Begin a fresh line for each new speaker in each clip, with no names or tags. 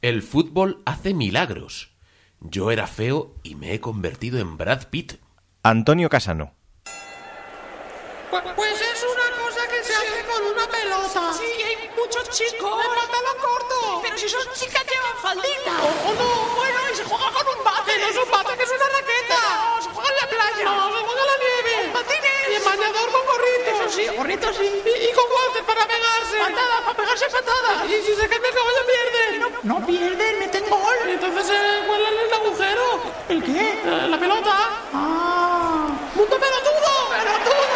El fútbol hace milagros. Yo era feo y me he convertido en Brad Pitt.
Antonio Casano.
Pues, pues es una cosa que se hace con una pelota.
Sí, hay muchos chicos.
¡El pantalón corto!
Pero si son chicas llevan faldita.
¡Oh, no!
Bueno, y se juega con un bate.
¡Que no es un bate, que es una raqueta!
No, se juega en la playa.
¡No, se juega en la nieve!
Patines.
¡Y en bañador con gorritos!
Eso sí, gorritos sí.
Y, y con guantes para pegarse.
Patadas, para pegarse patadas.
Y si se cae el caballo pierden.
No, no, no pierden, meten gol.
Entonces, eh, ¿cuál es el agujero?
¿El qué?
Eh, la pelota.
Ah.
¡Mundo pelotudo! ¡Pelotudo!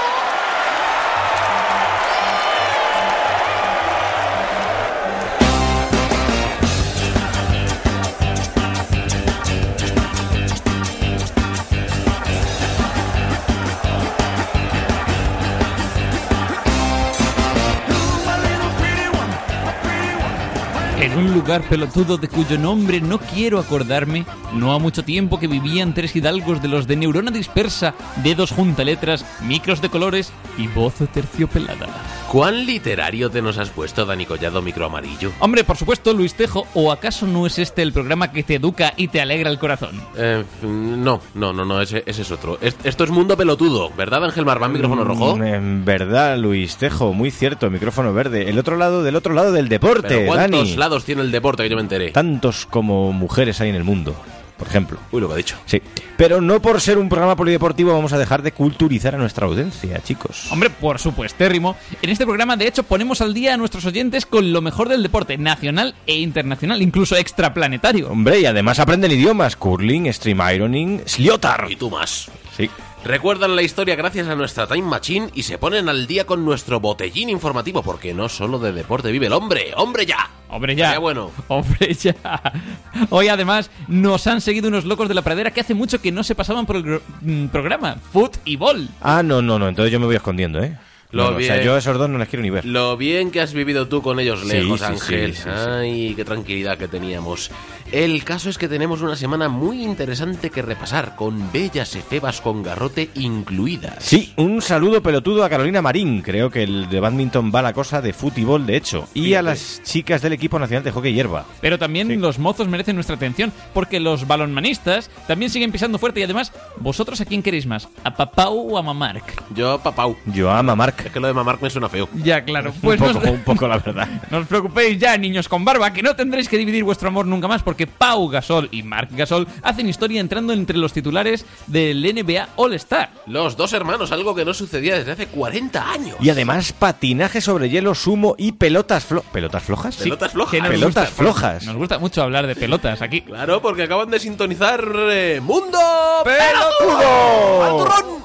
En un lugar pelotudo de cuyo nombre no quiero acordarme, no ha mucho tiempo que vivían tres hidalgos de los de neurona dispersa, dedos juntaletras, micros de colores y voz terciopelada.
¿Cuán literario te nos has puesto, Dani Collado Micro Amarillo?
Hombre, por supuesto, Luis Tejo, ¿o acaso no es este el programa que te educa y te alegra el corazón?
Eh, no, no, no, no, ese, ese es otro. Es- esto es mundo pelotudo, ¿verdad, Ángel Marván, micrófono rojo?
Mm, En verdad, Luis Tejo, muy cierto, micrófono verde. El otro lado del otro lado del deporte,
Pero ¿cuántos
Dani.
lados tiene el deporte que yo me enteré?
Tantos como mujeres hay en el mundo, por ejemplo.
Uy, lo que ha dicho.
Sí. Pero no por ser un programa polideportivo vamos a dejar de culturizar a nuestra audiencia, chicos.
Hombre, por supuestérrimo. En este programa, de hecho, ponemos al día a nuestros oyentes con lo mejor del deporte nacional e internacional, incluso extraplanetario.
Hombre, y además aprenden idiomas. Curling, stream ironing, sliotar.
Y tú más.
Sí.
Recuerdan la historia gracias a nuestra Time Machine y se ponen al día con nuestro botellín informativo, porque no solo de deporte vive el hombre, hombre ya.
Hombre, ya.
Estaría bueno.
Hombre, ya. Hoy, además, nos han seguido unos locos de la pradera que hace mucho que no se pasaban por el gro- mm, programa. Foot y bol.
Ah, no, no, no. Entonces yo me voy escondiendo, ¿eh?
Lo
No, no, o sea,
bien.
yo a esos dos no les quiero ni ver.
Lo bien que has vivido tú con ellos
Sí,
lejos,
sí, sí,
Ángel.
sí, sí.
Ay, qué tranquilidad que teníamos. El caso es que tenemos una semana muy interesante que repasar, con bellas efebas con garrote incluidas.
Sí, un saludo pelotudo a Carolina Marín. Creo que el de badminton va la cosa de fútbol, de hecho. Y a las chicas del equipo nacional de hockey hierba.
Pero también los mozos merecen nuestra atención, porque los balonmanistas también siguen pisando fuerte y además, ¿vosotros a quién queréis más? ¿A papá o a mamark?
Yo, papau.
Yo amo a
Es
Marc.
que lo de mamarc me suena feo.
Ya, claro. Pues
un,
nos-
poco, un poco, la verdad.
No os preocupéis ya, niños con barba, que no tendréis que dividir vuestro amor nunca más porque Pau Gasol y Mark Gasol hacen historia entrando entre los titulares del NBA All Star.
Los dos hermanos, algo que no sucedía desde hace 40 años.
Y además, patinaje sobre hielo, sumo y pelotas flo ¿Pelotas flojas? Sí. Ah,
Pelotas flojas.
Que nos
Pelotas
gusta-
flojas.
Nos gusta mucho hablar de pelotas aquí.
Claro, porque acaban de sintonizar eh, Mundo
¡Pelotudo!
¡Al turrón!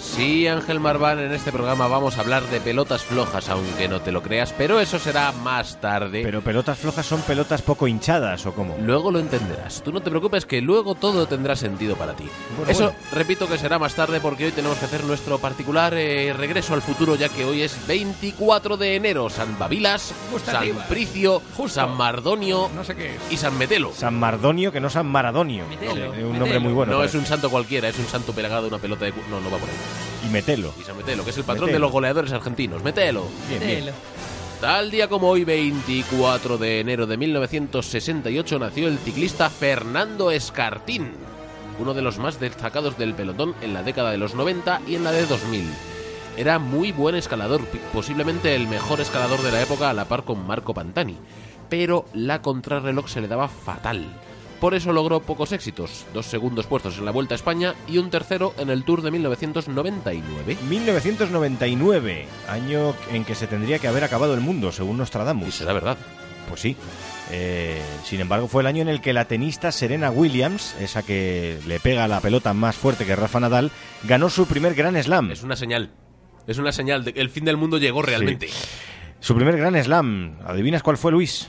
Sí, Ángel Marván, en este programa vamos a hablar de pelotas flojas, aunque no te lo creas, pero eso será más tarde.
Pero pelotas flojas son pelotas poco hinchadas, ¿o cómo?
Luego lo entenderás. Tú no te preocupes que luego todo tendrá sentido para ti.
Bueno,
Eso
bueno.
repito que será más tarde porque hoy tenemos que hacer nuestro particular eh, regreso al futuro ya que hoy es 24 de enero. San Babilas,
Gustativa.
San Pricio, San Mardonio
No sé qué es.
y San Metelo.
San Mardonio, que no San Maradonio.
Metelo,
Sí, un nombre
Metelo.
muy bueno. pues.
no
para
es
eso.
un santo cualquiera, es un santo pelagado de una pelota de... cu- No, no va por ahí.
Y metelo.
Y San Metelo, que es el patrón
Metelo.
de los goleadores argentinos. Metelo.
Bien, bien.
Tal día como hoy, 24 de enero de 1968, nació el ciclista Fernando Escartín, uno de los más destacados del pelotón en la década de los 90 y en la de 2000. Era muy buen escalador, pi- posiblemente el mejor escalador de la época a la par con Marco Pantani, pero la contrarreloj se le daba fatal. Por eso logró pocos éxitos, dos segundos puestos en la Vuelta a España y un tercero en el Tour de 1999.
1999, año en que se tendría que haber acabado el mundo, según
Y
Nostradamus.
será verdad.
Pues sí. Eh, sin embargo, fue el año en el que la tenista Serena Williams, esa que le pega la pelota más fuerte que Rafa Nadal, ganó su primer Gran
Mm.
Slam.
Es una señal. Es una señal de que el fin del mundo llegó realmente.
Su primer Gran Slam. ¿Adivinas cuál fue, Luis?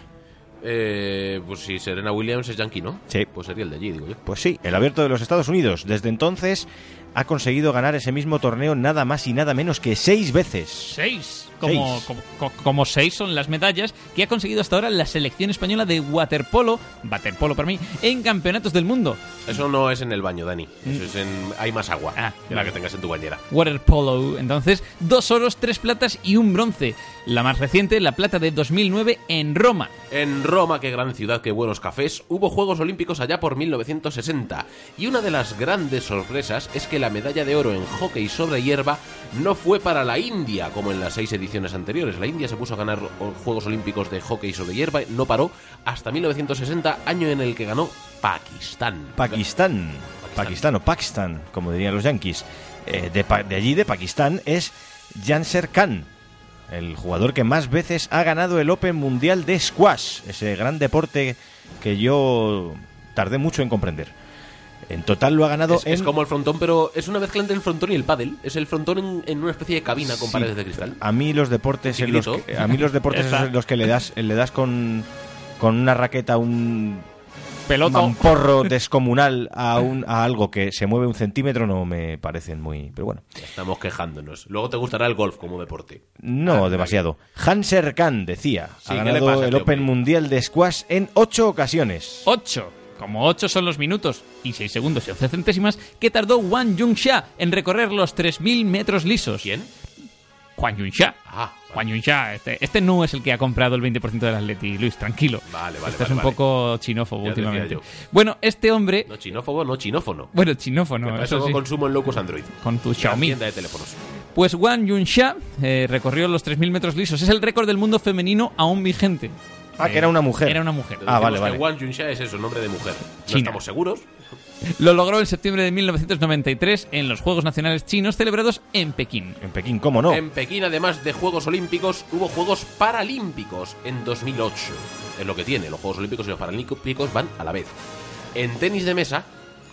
Eh, pues si Serena Williams es yankee, ¿no?
Sí.
Pues sería el de allí, digo yo.
Pues sí, el Abierto de los Estados Unidos. Desde entonces ha conseguido ganar ese mismo torneo nada más y nada menos que seis veces.
Seis. Como,
Seis.
Como, co- como seis son las medallas que ha conseguido hasta ahora la selección española de waterpolo, waterpolo para mí, en campeonatos del mundo.
Eso no es en el baño, Dani. Eso es en... Hay más agua
Mm. Ah,
que la
vale.
que tengas en tu bañera.
Waterpolo. Entonces, dos oros, tres platas y un bronce. La más reciente, la plata de 2009 en Roma.
En Roma, qué gran ciudad, qué buenos cafés, hubo Juegos Olímpicos allá por 1960. Y una de las grandes sorpresas es que la medalla de oro en hockey sobre hierba no fue para la India, como en las seis ediciones anteriores. La India se puso a ganar o- Juegos Olímpicos de hockey sobre hierba, no paró, hasta 1960, año en el que ganó Pakistán.
Pakistán. Pakistán o Pakistán, como dirían los yanquis. Eh, de, Pa- de allí, de Pakistán, es Janser Khan, el jugador que más veces ha ganado el Open Mundial de Squash, ese gran deporte que yo tardé mucho en comprender. En total lo ha ganado
Es,
en...
es como el frontón, pero es una mezcla entre el frontón y el pádel. Es el frontón en, en una especie de cabina con
Sí,
paredes de cristal.
A mí los deportes en los
Chiquitito.
que, a mí los deportes
Ya está.
esos en los que le das le das con con una raqueta un
Pelota.
mamporro descomunal a un a algo que se mueve un centímetro no me parecen muy pero bueno
Estamos quejándonos. Luego te gustará el golf como deporte.
no
Ah,
demasiado Hanser Khan decía
Sí,
ha
¿qué le
ganado
pasa a
el
este
Open
hombre?
Mundial de squash en ocho ocasiones
Ocho. Como ocho son los minutos y seis segundos y 11 centésimas que tardó Wang Yunsha en recorrer los 3.000 metros lisos.
¿Quién?
Juan Yunsha.
Ah, vale.
Juan Yunsha. Este, este no es el que ha comprado el 20% del Atleti, Luis, tranquilo.
Vale, vale,
Este es
vale,
un
vale.
poco chinófobo
Ya decía
últimamente.
yo.
Bueno, este hombre...
No chinófobo, no chinófono.
Bueno, chinófono,
Para
eso
eso
sí.
consumo en Locus Android.
Con tu
La
Xiaomi.
tienda de teléfonos.
Pues Wang Yunsha eh, recorrió los 3.000 metros lisos. Es el récord del mundo femenino aún vigente.
Ah, que era una mujer.
Era una mujer.
Ah, vale,
Decimos
vale.
Que Wang Junxia es eso, nombre de mujer. No
China.
estamos seguros.
Lo logró en septiembre de 1993 en los Juegos Nacionales Chinos celebrados en Pekín.
en Pekín cómo no
En Pekín, además de Juegos Olímpicos, hubo Juegos Paralímpicos en 2008. Es lo que tiene, los Juegos Olímpicos y los Paralímpicos van a la vez. En tenis de mesa,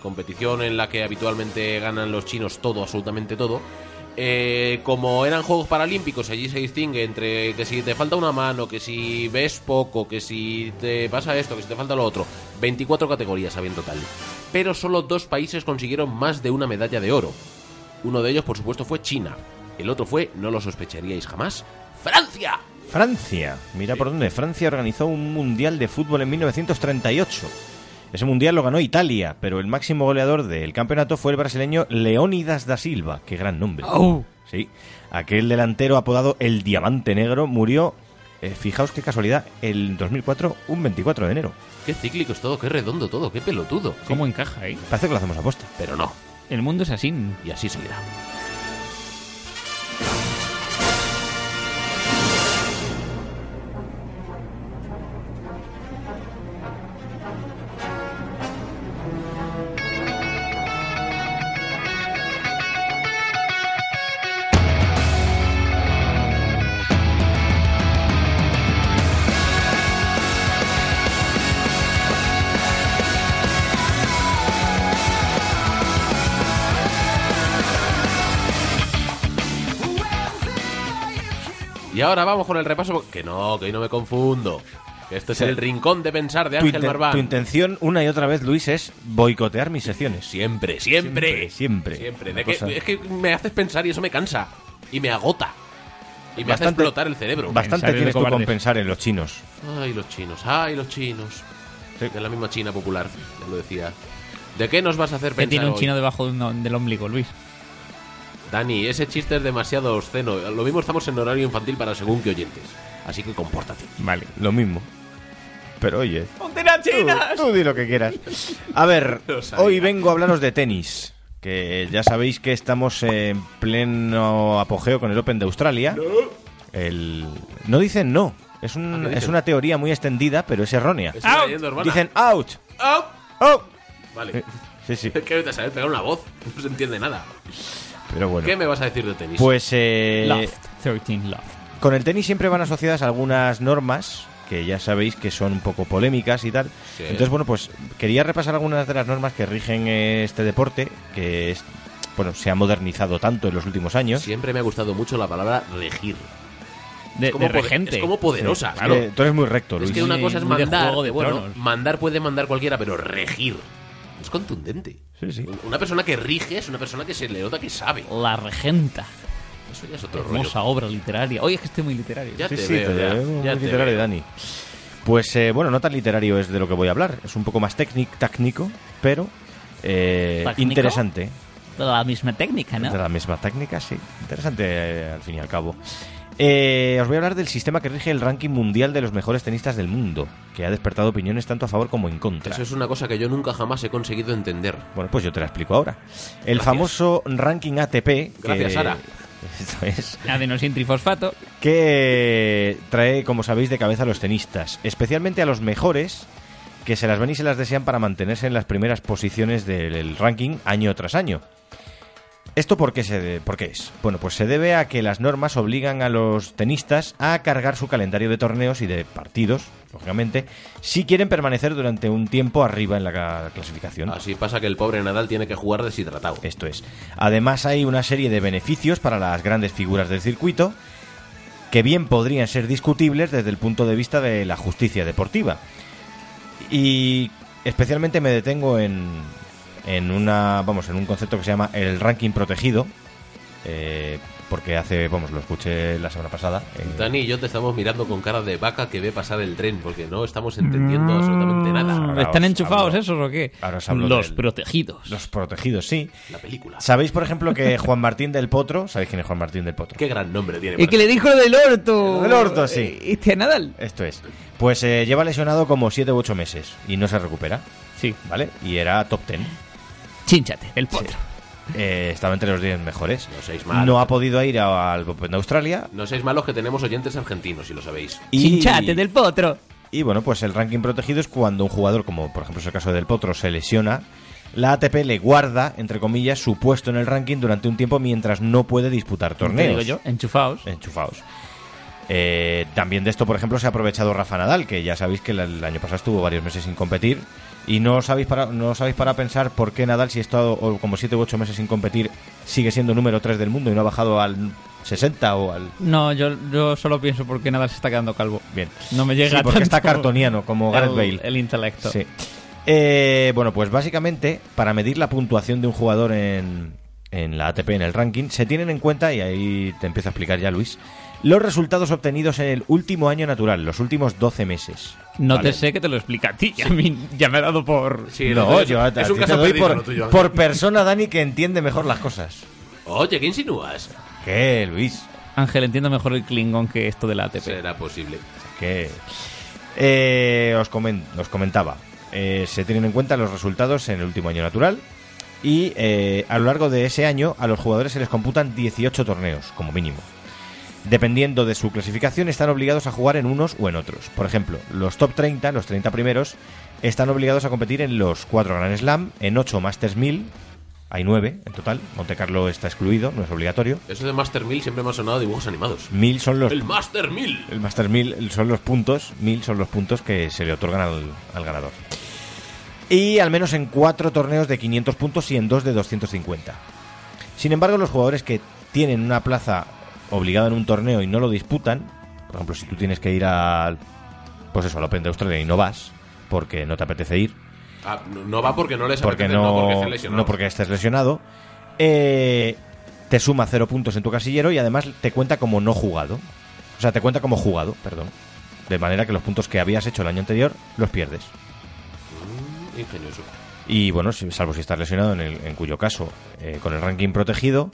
competición en la que habitualmente ganan los chinos todo, absolutamente todo, eh, como eran Juegos Paralímpicos, allí se distingue entre que si te falta una mano, que si ves poco, que si te pasa esto, que si te falta lo otro. 24 categorías había en total. Pero solo dos países consiguieron más de una medalla de oro. Uno de ellos, por supuesto, fue China. El otro fue, no lo sospecharíais jamás, Francia.
Francia. Mira por dónde. Francia organizó un mundial de fútbol en 1938. Ese mundial lo ganó Italia, pero el máximo goleador del campeonato fue el brasileño Leónidas da Silva. Qué gran nombre.
¡Au!
Sí. Aquel delantero apodado el Diamante Negro murió, eh, fijaos qué casualidad, el 2004, un 24 de enero.
Qué cíclico es todo, qué redondo todo, qué pelotudo.
¿Cómo encaja, eh?
Parece que lo hacemos aposta.
Pero no,
El mundo es así.
y así seguirá. Y ahora vamos con el repaso. Que no, que hoy no me confundo. Que Este es
Sí.
el rincón de pensar de
Tu,
Ángel
inten- tu
Marván.
intención, una y otra vez, Luis, es boicotear mis secciones.
Siempre, siempre.
Siempre, siempre.
Siempre.
Una
De que-
cosa-
es que me haces pensar y eso me cansa. Y me agota. Y me hace
Bastante-
explotar el cerebro.
Bastante
Pensar en
tienes tú
cobardes.
con pensar en los chinos.
Ay, los chinos, ay, los chinos.
Sí.
Es la misma China popular, ya lo decía. ¿De qué nos vas a hacer
Que
pensar
tiene un
hoy?
chino debajo de un- del ombligo, Luis.
Dani, ese chiste es demasiado obsceno. Lo mismo estamos en horario infantil para según que oyentes. Así que compórtate.
Vale.
Lo mismo. Pero oye. Tú, tú di lo que quieras. A ver,
Lo sabía.
hoy vengo a hablaros de tenis. Que ya sabéis que estamos en pleno apogeo con el Open de Australia. El... No dicen no. Es, un-
Ah, ¿qué dicen?
es una teoría muy extendida, pero es errónea.
Es una
Out.
leyenda urbana.
Dicen out.
¡Au!
Out.
Vale.
Sí, sí.
Es que ahorita sabes pegar una voz. No se entiende nada.
Pero bueno.
¿Qué me vas a decir de tenis?
Pues eh,
Loft. 13 Love.
Con el tenis siempre van asociadas algunas normas que ya sabéis que son un poco polémicas y tal.
Sí.
Entonces, bueno, pues quería repasar algunas de las normas que rigen eh, este deporte, que es, bueno, se ha modernizado tanto en los últimos años.
Siempre me ha gustado mucho la palabra regir.
De,
Es como,
de
poder-
regente.
es como poderosa.
Sí,
claro.
eh, tú eres muy recto, Luis.
Es que una
Sí,
cosa es
muy de
mandar,
Juego de
bueno,
Tronos.
mandar puede mandar cualquiera, pero regir es contundente.
Sí, sí.
Una persona que rige es una persona que se le nota que sabe.
La regenta.
Eso ya es otro rollo.
Hermosa obra literaria. Oye, es que estoy muy literario.
Ya
Sí,
te
sí,
veo,
te
ya,
veo muy
ya te
literario,
veo.
Dani. Pues eh, bueno, no tan literario es de lo que voy a hablar. Es un poco más técnic- técnico, pero eh,
¿Técnico?
interesante.
La misma
Ah,
técnica, ¿no?
De la misma técnica, sí. Interesante, eh, al fin y al cabo. Eh, os voy a hablar del sistema que rige el ranking mundial de los mejores tenistas del mundo, que ha despertado opiniones tanto a favor como en contra.
Eso es una cosa que yo nunca jamás he conseguido entender.
Bueno, pues yo te la explico ahora. El
Gracias.
famoso ranking ATP. que-
Gracias, Sara.
Esto es.
Adeno sin trifosfato.
Que trae, como sabéis, de cabeza a los tenistas, especialmente a los mejores que se las ven y se las desean para mantenerse en las primeras posiciones del ranking año tras año. ¿Esto por qué, se de- por qué es? Bueno, pues se debe a que las normas obligan a los tenistas a cargar su calendario de torneos y de partidos, lógicamente, si quieren permanecer durante un tiempo arriba en la ca- clasificación.
Así pasa que el pobre Nadal tiene que jugar deshidratado.
Esto es. Además hay una serie de beneficios para las grandes figuras del circuito que bien podrían ser discutibles desde el punto de vista de la justicia deportiva. Y especialmente me detengo en, en una vamos en un concepto que se llama el ranking protegido eh, porque hace vamos lo escuché la semana pasada. eh,
Dani y yo te estamos mirando con cara de vaca que ve pasar el tren porque no estamos entendiendo absolutamente nada.
ahora
Mm, ¿Están
os
enchufados
hablo-
esos o qué?
ahora os hablo
Los
del-
protegidos.
los protegidos sí.
La película.
Sabéis por ejemplo que Juan Martín del Potro, sabéis quién es Juan Martín del Potro.
Qué gran nombre tiene.
Y que le dijo lo del orto.
Lo del orto, sí.
Eh, Este a Nadal.
Esto es. Pues eh, lleva lesionado como 7 u 8 meses y no se recupera,
Sí.
¿vale? Y era top 10.
Chinchate, el potro.
Eh, estaba entre los 10 mejores.
No seáis malos.
No ha podido ir a- al Open de Australia.
No seáis malos que tenemos oyentes argentinos, si lo sabéis.
Y,
Chinchate del potro.
y bueno, pues el ranking protegido es cuando un jugador, como por ejemplo es el caso del Potro, se lesiona. La ATP le guarda, entre comillas, su puesto en el ranking durante un tiempo mientras no puede disputar
Te digo
torneos.
yo, enchufaos.
enchufados. Eh, también de esto, por ejemplo, se ha aprovechado Rafa Nadal, que ya sabéis que la- el año pasado estuvo varios meses sin competir. Y no os habéis para, no os habéis para pensar por qué Nadal, si ha estado o, como 7 u 8 meses sin competir, sigue siendo número 3 del mundo y no ha bajado al 60 o al.
No, yo, yo solo pienso porque Nadal se está quedando calvo.
Bien.
No me llega
Sí, porque
tanto
está cartoniano, como Gareth
el,
Bale.
el intelecto.
Sí. Eh, bueno, pues básicamente, para medir la puntuación de un jugador en, en la ATP, en el ranking, se tienen en cuenta, y ahí te empieza a explicar ya Luis, los resultados obtenidos en el último año natural, los últimos 12 meses.
No
Vale.
te sé que te lo explica a ti. A mí ya me ha dado por...
Sí, lo
no,
tuyo
yo a- a
es un
ti te
caso
doy
perdido, lo
por,
tuyo.
por persona, Dani, que entiende mejor las cosas.
Oye, ¿qué insinúas?
¿Qué, Luis?
Ángel, entiendo mejor el Klingon que esto de la ATP.
Será posible.
que eh, os, comen- os comentaba, eh, se tienen en cuenta los resultados en el último año natural y eh, a lo largo de ese año a los jugadores se les computan 18 torneos como mínimo. Dependiendo de su clasificación están obligados a jugar en unos o en otros. Por ejemplo, los top 30, los 30 primeros, están obligados a competir en los 4 Grand Slam, en 8 Masters 1000, hay 9 en total, Monte Carlo está excluido, no es obligatorio.
Eso de Master 1000 siempre me ha sonado a dibujos animados.
1000 son los
El Master 1000.
el Master 1000 son los puntos, 1000 son los puntos que se le otorgan al, al ganador. Y al menos en cuatro torneos de 500 puntos y en dos de 250. Sin embargo, los jugadores que tienen una plaza obligada en un torneo y no lo disputan, por ejemplo, si tú tienes que ir al pues eso, al Open de Australia y no vas porque no te apetece ir,
Ah, no, no va porque no les
porque
apetece,
no,
porque esté lesionado.
no porque estés lesionado, eh, te suma cero puntos en tu casillero y además te cuenta como no jugado. O sea, te cuenta como jugado, perdón. De manera que los puntos que habías hecho el año anterior los pierdes.
Mm, Ingenioso.
Y bueno, si- salvo si estás lesionado, en, el- en cuyo caso, eh, con el ranking protegido,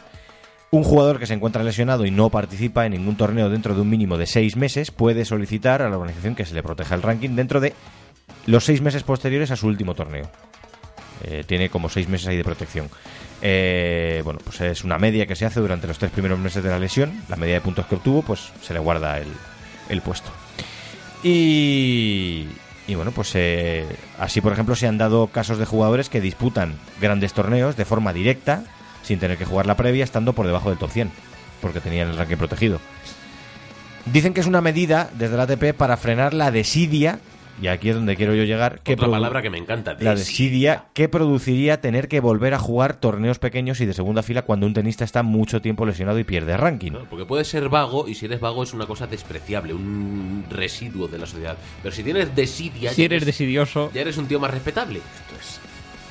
Un jugador que se encuentra lesionado y no participa en ningún torneo dentro de un mínimo de seis meses puede solicitar a la organización que se le proteja el ranking dentro de los seis meses posteriores a su último torneo. Eh, tiene como seis meses ahí de protección. Eh, bueno, pues es una media que se hace durante los tres primeros meses de la lesión. La media de puntos que obtuvo, pues se le guarda el, el puesto. Y, y bueno, pues eh, así, por ejemplo, se han dado casos de jugadores que disputan grandes torneos de forma directa, sin tener que jugar la previa, estando por debajo del top 100, porque tenían el ranking protegido. Dicen que es una medida desde la ATP para frenar la desidia, y aquí es donde quiero yo llegar. Que
Otra
produ-
palabra que me encanta. desidia.
la desidia que produciría tener que volver a jugar torneos pequeños y de segunda fila cuando un tenista está mucho tiempo lesionado y pierde ranking.
Claro, Porque puedes ser vago y si eres vago es una cosa despreciable, un residuo de la sociedad. Pero si tienes desidia,
Si
ya
eres desidioso,
ya eres un tío más respetable.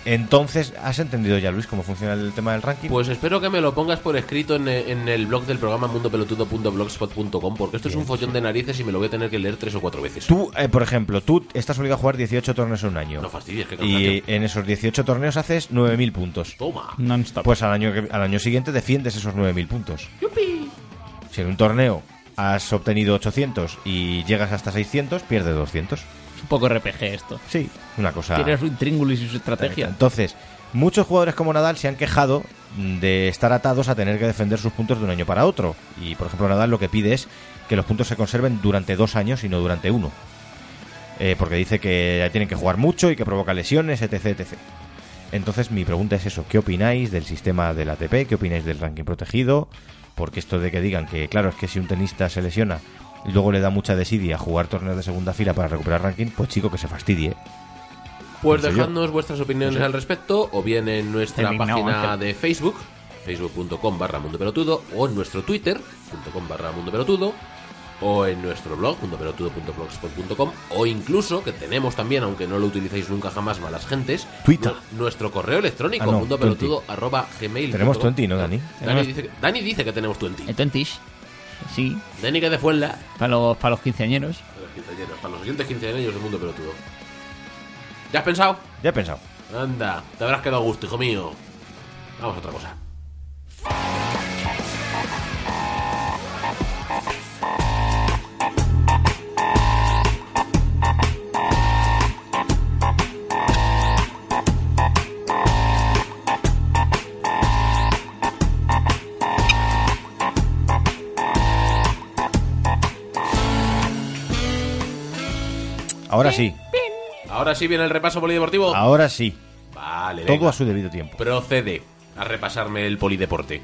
Entonces, ¿has entendido ya, Luis, cómo funciona el tema del ranking?
Pues espero que me lo pongas por escrito en, e- en el blog del programa mundopelotudo.blogspot.com porque esto es un follón de narices y me lo voy a tener que leer tres o cuatro veces.
tú, eh, por ejemplo, tú estás obligado a jugar 18 torneos en un año.
No fastidies, que
y eh, en esos 18 torneos haces 9.000 puntos.
Toma.
non-stop.
Pues al año, que- al año siguiente defiendes esos 9.000 puntos. Si en un torneo has obtenido 800 y llegas hasta 600, pierdes 200.
es un poco RPG esto.
Sí. Una cosa...
Tienes un tríngulis y su estrategia.
Entonces, muchos jugadores como Nadal se han quejado de estar atados a tener que defender sus puntos de un año para otro. Y, por ejemplo, Nadal lo que pide es que los puntos se conserven durante dos años y no durante uno. Eh, porque dice que tienen que jugar mucho y que provoca lesiones, etc, etc. Entonces, mi pregunta es eso. ¿Qué opináis del sistema del ATP? ¿Qué opináis del ranking protegido? Porque esto de que digan que, claro, es que si un tenista se lesiona y luego le da mucha desidia jugar torneos de segunda fila para recuperar ranking, pues chico, que se fastidie.
Pues
No sé yo.
dejadnos vuestras opiniones al respecto o bien en nuestra
El indignado
página
Ángel.
de Facebook, facebook.com barra mundopelotudo o en nuestro twitter.com barra mundopelotudo o en nuestro blog mundopelotudo.blogspot.com o incluso, que tenemos también, aunque no lo utilicéis nunca jamás malas gentes,
Twitter.
nu- nuestro correo electrónico
Ah, no,
mundopelotudo arroba gmail.
Tenemos 20, ¿no, Dani?
Dani dice, que- Dani dice que tenemos 20.
Entonces, sí,
Dani que de Fuenla,
para los, para los quinceañeros.
para los quinceañeros, para los siguientes 15 años del mundo pelotudo. ¿Ya has pensado?
Ya he pensado.
Anda, te habrás quedado a gusto, hijo mío. Vamos a otra cosa.
Ahora sí,
Ahora sí viene el repaso polideportivo.
ahora sí.
Vale,
Ah. Todo
venga. Pues-
a su debido tiempo.
Procede a repasarme el polideporte.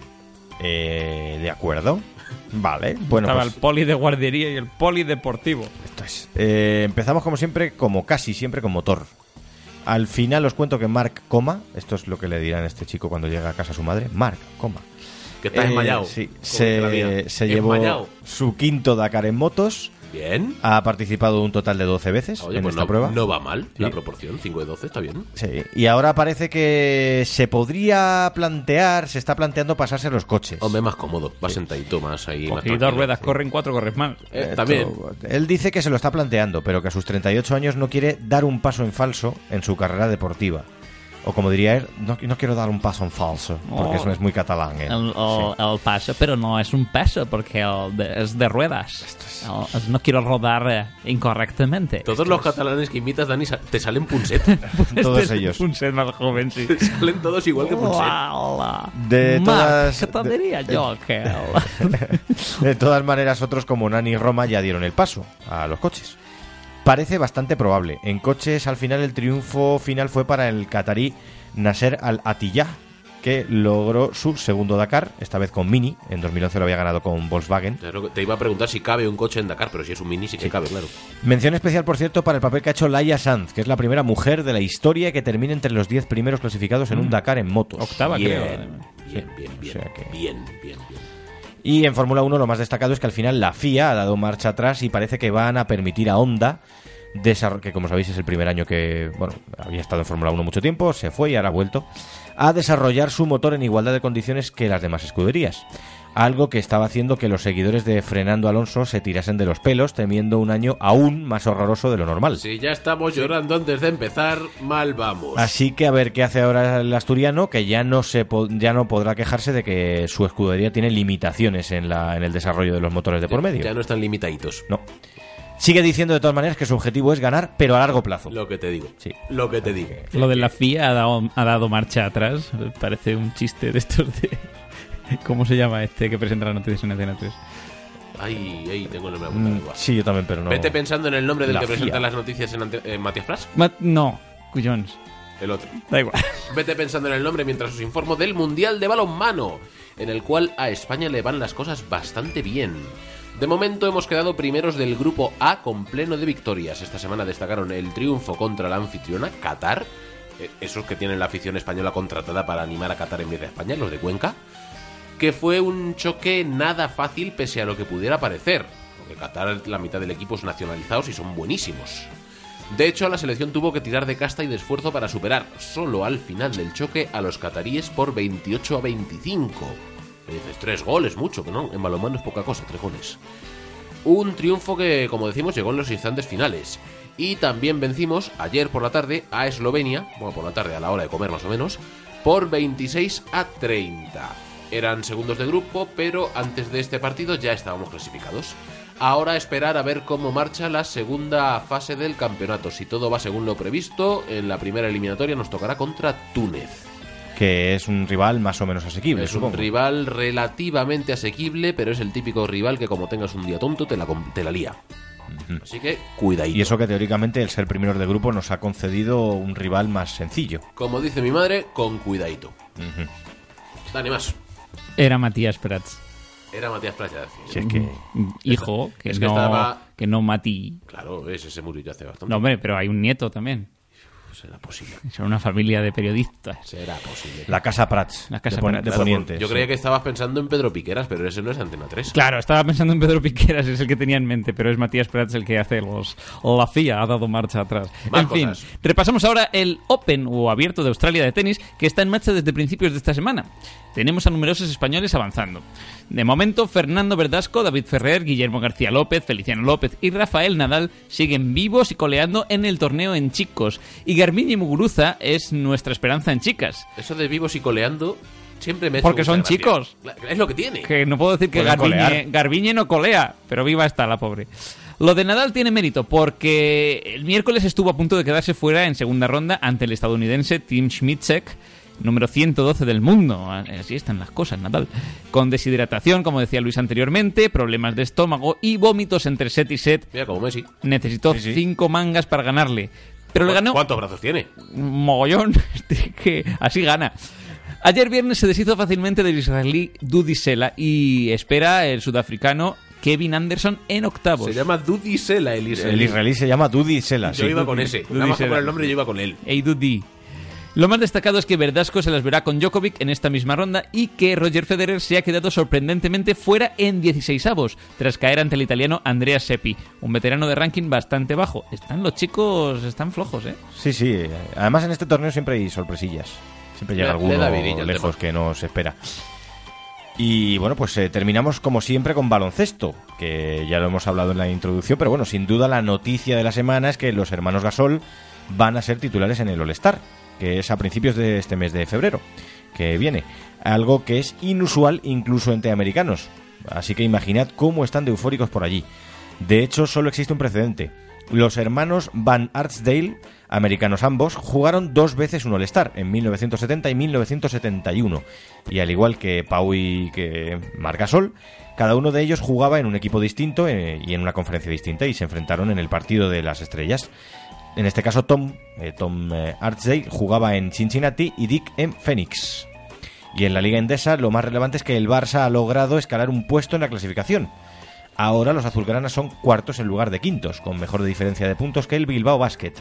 Eh, de acuerdo. Vale, bueno,
Estaba
pues,
el poli de guardería y el poli deportivo.
esto es. Eh, empezamos como siempre, como casi siempre, con motor. Al final os cuento que Mark coma. Esto es lo que le dirán a este chico cuando llega a casa a su madre. Mark coma.
Que estás
Eh,
desmayado.
Sí,
Como que la vida.
se, se llevó
Desmayado.
su quinto Dakar en motos.
Bien.
Ha participado un total de 12 veces
Oye,
en
pues
esta
no,
prueba.
no va mal la
Sí.
proporción. 5 de 12, está bien.
Sí, y ahora parece que se podría plantear, se está planteando pasarse los coches.
Hombre, más cómodo. Vas sentadito más ahí. más
Cogí dos
tranquilo.
ruedas, corren cuatro, corres mal.
Eh,
Esto-
también.
Él dice que se lo está planteando, pero que a sus 38 años no quiere dar un paso en falso en su carrera deportiva. O como diría él, no, no quiero dar un paso en falso,
Oh.
porque eso es muy catalán. ¿eh?
El, el- el paso, pero no es un paso porque el de- es de ruedas. El- el- no quiero rodar eh, incorrectamente.
Todos los catalanes que imitas, Dani, sa- te salen punset.
Sí, todos
Este es
ellos.
Un ser más joven, sí.
Te salen todos igual que punset.
Hola.
De
Marc,
todas-
¿qué te
de-
diría yo que
oh.
De todas maneras, otros como Nani y Roma ya dieron el paso a los coches. Parece bastante probable. En coches, al final, el triunfo final fue para el catarí Nasser Al-Attiyah, que logró su segundo Dakar, esta vez con Mini. En 2011 lo había ganado con Volkswagen.
Te lo- Te iba a preguntar si cabe un coche en Dakar, pero si es un mini sí que cabe, claro.
Mención especial, por cierto, para el papel que ha hecho Laia Sanz, que es la primera mujer de la historia que termina entre los 10 primeros clasificados en un Dakar en motos.
Octava, creo.
Bien, Mm. bien, bien, bien,
o sea que-
bien, bien, bien.
Y en Fórmula 1 lo más destacado es que al final la FIA ha dado marcha atrás y parece que van a permitir a Honda, desarro- que como sabéis es el primer año que bueno, había estado en Fórmula 1 mucho tiempo, se fue y ahora ha vuelto, a desarrollar su motor en igualdad de condiciones que las demás escuderías. algo que estaba haciendo que los seguidores de Fernando Alonso se tirasen de los pelos, temiendo un año aún más horroroso de lo normal.
Si ya estamos llorando antes de empezar, mal vamos.
Así que a ver qué hace ahora el asturiano, que ya no se po- ya no podrá quejarse de que su escudería tiene limitaciones en, la, en el desarrollo de los motores de por medio.
Ya no están limitaditos.
No. Sigue diciendo de todas maneras que su objetivo es ganar, pero a largo plazo.
Lo que te digo.
Sí.
Lo que te digo.
Lo de la FIA ha dado, ha dado marcha atrás. Parece un chiste de estos de. ¿Cómo se llama este que presenta las noticias en Antena 3?
Ay, ay, tengo el nombre apuntado,
Mm,
igual.
sí, yo también, pero no.
Vete pensando en el nombre del
La
que
FIA.
presenta las noticias en ante- eh, Matías Plas,
Ma- no, Cuyons.
el otro.
Da igual.
Vete pensando en el nombre mientras os informo del Mundial de Balonmano, en el cual a España le van las cosas bastante bien. De momento hemos quedado primeros del grupo A con pleno de victorias. Esta semana destacaron el triunfo contra la anfitriona Qatar, eh, esos que tienen la afición española contratada para animar a Qatar en vez de España, los de Cuenca, que fue un choque nada fácil pese a lo que pudiera parecer, porque Qatar la mitad del equipo es nacionalizados y son buenísimos. De hecho, la selección tuvo que tirar de casta y de esfuerzo para superar, solo al final del choque, a los cataríes por 28 a 25. Me dices, tres goles, mucho, que no, en balonmano es poca cosa, tres goles. Un triunfo que, como decimos, llegó en los instantes finales. Y también vencimos ayer por la tarde a Eslovenia, bueno, por la tarde a la hora de comer más o menos, por 26 a 30. Eran segundos de grupo, pero antes de este partido ya estábamos clasificados. Ahora esperar a ver cómo marcha la segunda fase del campeonato. Si todo va según lo previsto, en la primera eliminatoria nos tocará contra Túnez.
Que es un rival más o menos asequible,
Es
supongo.
un rival relativamente asequible, pero es el típico rival que como tengas un día tonto te la, com- te la lía. Así que cuidadito.
Y eso que teóricamente el ser primeros de grupo nos ha concedido un rival más sencillo.
Como dice mi madre, con cuidadito. Dani más.
Era Matías Prats.
Era Matías Playa. decía.
Si es que.
Hijo, que,
es que
no,
estaba-
que no Mati.
Claro, es, ese murió ya hace bastante.
No, hombre, pero hay un nieto también.
Será posible.
Son una familia de periodistas.
Será posible.
La Casa Prats.
La Casa
de, Pon-
Prats.
de
Claro,
Poniente.
por- yo
sí.
creía que estabas pensando en Pedro Piqueras, pero ese no es Antena 3.
Claro, estaba pensando en Pedro Piqueras, es el que tenía en mente, pero es Matías Prats el que hace los... La FIA ha dado marcha atrás.
Más
en fin,
cosas.
repasamos ahora el Open o Abierto de Australia de tenis, que está en marcha desde principios de esta semana. Tenemos a numerosos españoles avanzando. De momento, Fernando Verdasco, David Ferrer, Guillermo García López, Feliciano López y Rafael Nadal siguen vivos y coleando en el torneo en chicos. Y Garbiñe Muguruza es nuestra esperanza en chicas.
Eso de vivos y coleando siempre me ha hecho
Porque
mucha
son
gracia.
chicos.
Cla- Es lo que tiene.
Que no puedo decir que
Pueden
Garbiñe,
colear.
Garbiñe no colea, pero viva está la pobre. Lo de Nadal tiene mérito porque el miércoles estuvo a punto de quedarse fuera en segunda ronda ante el estadounidense Tim Schmitzek, número 112 del mundo. Así están las cosas, Nadal. Con deshidratación, como decía Luis anteriormente, problemas de estómago y vómitos entre set y set.
Mira, como Messi.
Necesitó
Sí, sí.
cinco mangas para ganarle. Pero le
¿Cu-
ganó Ah,
¿Cuántos brazos tiene?
un mogollón que así gana. Ayer viernes se deshizo fácilmente del israelí Dudisela y espera el sudafricano Kevin Anderson en octavos.
Se llama Dudisela el
El israelí se llama Dudi Sela.
Yo
sí.
iba con ese. Nada más que
Dudisela.
por el nombre yo iba con él.
Ey, Dudi. Lo más destacado es que Verdasco se las verá con Djokovic en esta misma ronda y que Roger Federer se ha quedado sorprendentemente fuera en 16 avos, tras caer ante el italiano Andrea Seppi, un veterano de ranking bastante bajo. Están los chicos, están flojos, ¿eh?
Sí, sí. Además, en este torneo siempre hay sorpresillas. Siempre llega
Le-
alguno
le da vidilla al
lejos
tema.
que no se espera. Y bueno, pues eh, terminamos como siempre con baloncesto, que ya lo hemos hablado en la introducción, pero bueno, sin duda la noticia de la semana es que los hermanos Gasol van a ser titulares en el All-Star, que es a principios de este mes de febrero, que viene. Algo que es inusual incluso entre americanos. Así que imaginad cómo están de eufóricos por allí. De hecho, solo existe un precedente. Los hermanos Van Artsdale, americanos ambos, jugaron dos veces un All-Star, en 1970 y 1971. Y al igual que Pau y que Margasol, cada uno de ellos jugaba en un equipo distinto eh, y en una conferencia distinta y se enfrentaron en el partido de las estrellas. En este caso, Tom, eh, Tom eh, Artsdale jugaba en Cincinnati y Dick en Phoenix. Y en la Liga Endesa, lo más relevante es que el Barça ha logrado escalar un puesto en la clasificación. Ahora los azulgranas son cuartos en lugar de quintos, con mejor diferencia de puntos que el Bilbao Basket.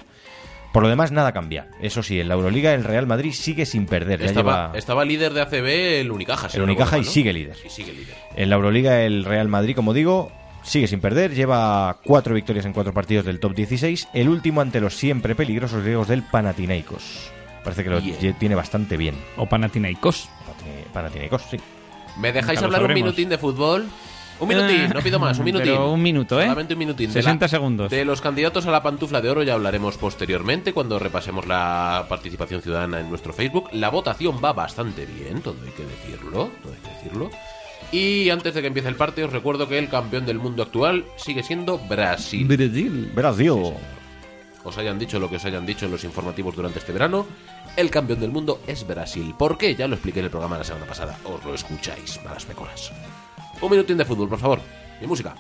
Por lo demás, nada cambia. Eso sí, en la Euroliga el Real Madrid sigue sin perder. Ya
Estaba,
lleva-
estaba líder de ACB el Unicaja. si
El
no
Unicaja y
recuerdo mal, ¿no?
sigue líder.
Y sigue líder.
En la Euroliga el Real Madrid, como digo, sigue sin perder, lleva cuatro victorias en cuatro partidos del top 16, el último ante los siempre peligrosos griegos del Panathinaikos. Parece que lo
Bien.
lle- tiene bastante bien.
O Panathinaikos.
Patine- Panathinaikos, sí.
¿Me dejáis
Nunca lo
hablar un
sabremos.
minutín de fútbol? Un minutín,
Eh,
no pido más, un minutín.
pero un minuto, ¿eh?
Solamente un minutín. De
60 segundos.
De los candidatos a la pantufla de oro ya hablaremos posteriormente cuando repasemos la participación ciudadana en nuestro Facebook. La votación va bastante bien, todo hay que decirlo, todo hay que decirlo. Y antes de que empiece el parte, os recuerdo que el campeón del mundo actual sigue siendo Brasil.
Brasil.
Brasil.
os hayan dicho lo que os hayan dicho en los informativos durante este verano, el campeón del mundo es Brasil. ¿Por qué? Ya lo expliqué en el programa la semana pasada. Os lo escucháis, malas pecoras. Un minutín de fútbol, por favor. Mi música.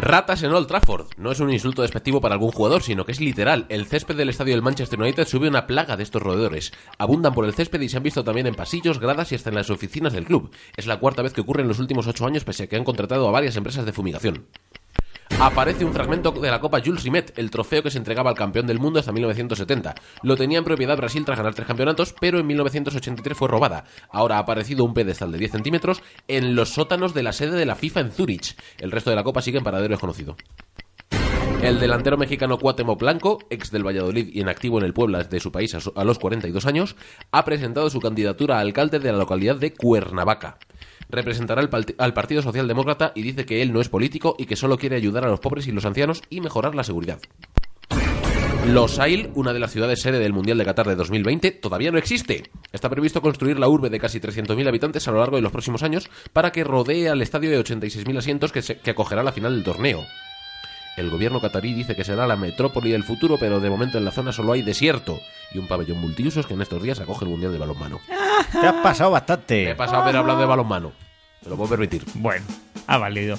Ratas en Old Trafford. No es un insulto despectivo para algún jugador, sino que es literal. El césped del estadio del Manchester United sube una plaga de estos roedores. Abundan por el césped y se han visto también en pasillos, gradas y hasta en las oficinas del club. Es la cuarta vez que ocurre en los últimos ocho años pese a que han contratado a varias empresas de fumigación. Aparece un fragmento de la Copa Jules Rimet, el trofeo que se entregaba al campeón del mundo hasta 1970. Lo tenía en propiedad Brasil tras ganar tres campeonatos, pero en 1983 fue robada. Ahora ha aparecido un pedestal de 10 centímetros en los sótanos de la sede de la FIFA en Zurich. El resto de la Copa sigue en paradero desconocido. El delantero mexicano Cuauhtémoc Blanco, ex del Valladolid y en activo en el Puebla de su país a su- a los 42 años, ha presentado su candidatura a alcalde de la localidad de Cuernavaca. Representará al, palti- al Partido Socialdemócrata y dice que él no es político y que solo quiere ayudar a los pobres y los ancianos y mejorar la seguridad. Losail, una de las ciudades sede del Mundial de Qatar de 2020, todavía no existe. Está previsto construir la urbe de casi 300.000 habitantes a lo largo de los próximos años para que rodee al estadio de 86.000 asientos que, se- que acogerá la final del torneo. El gobierno catarí dice que será la metrópoli del futuro, pero de momento en la zona solo hay desierto y un pabellón multiusos que en estos días acoge el Mundial de Balonmano.
Eh. Te has pasado
Me he
bastante.
pasado a haber hablado de balonmano. Me lo puedo permitir.
Bueno, ha valido.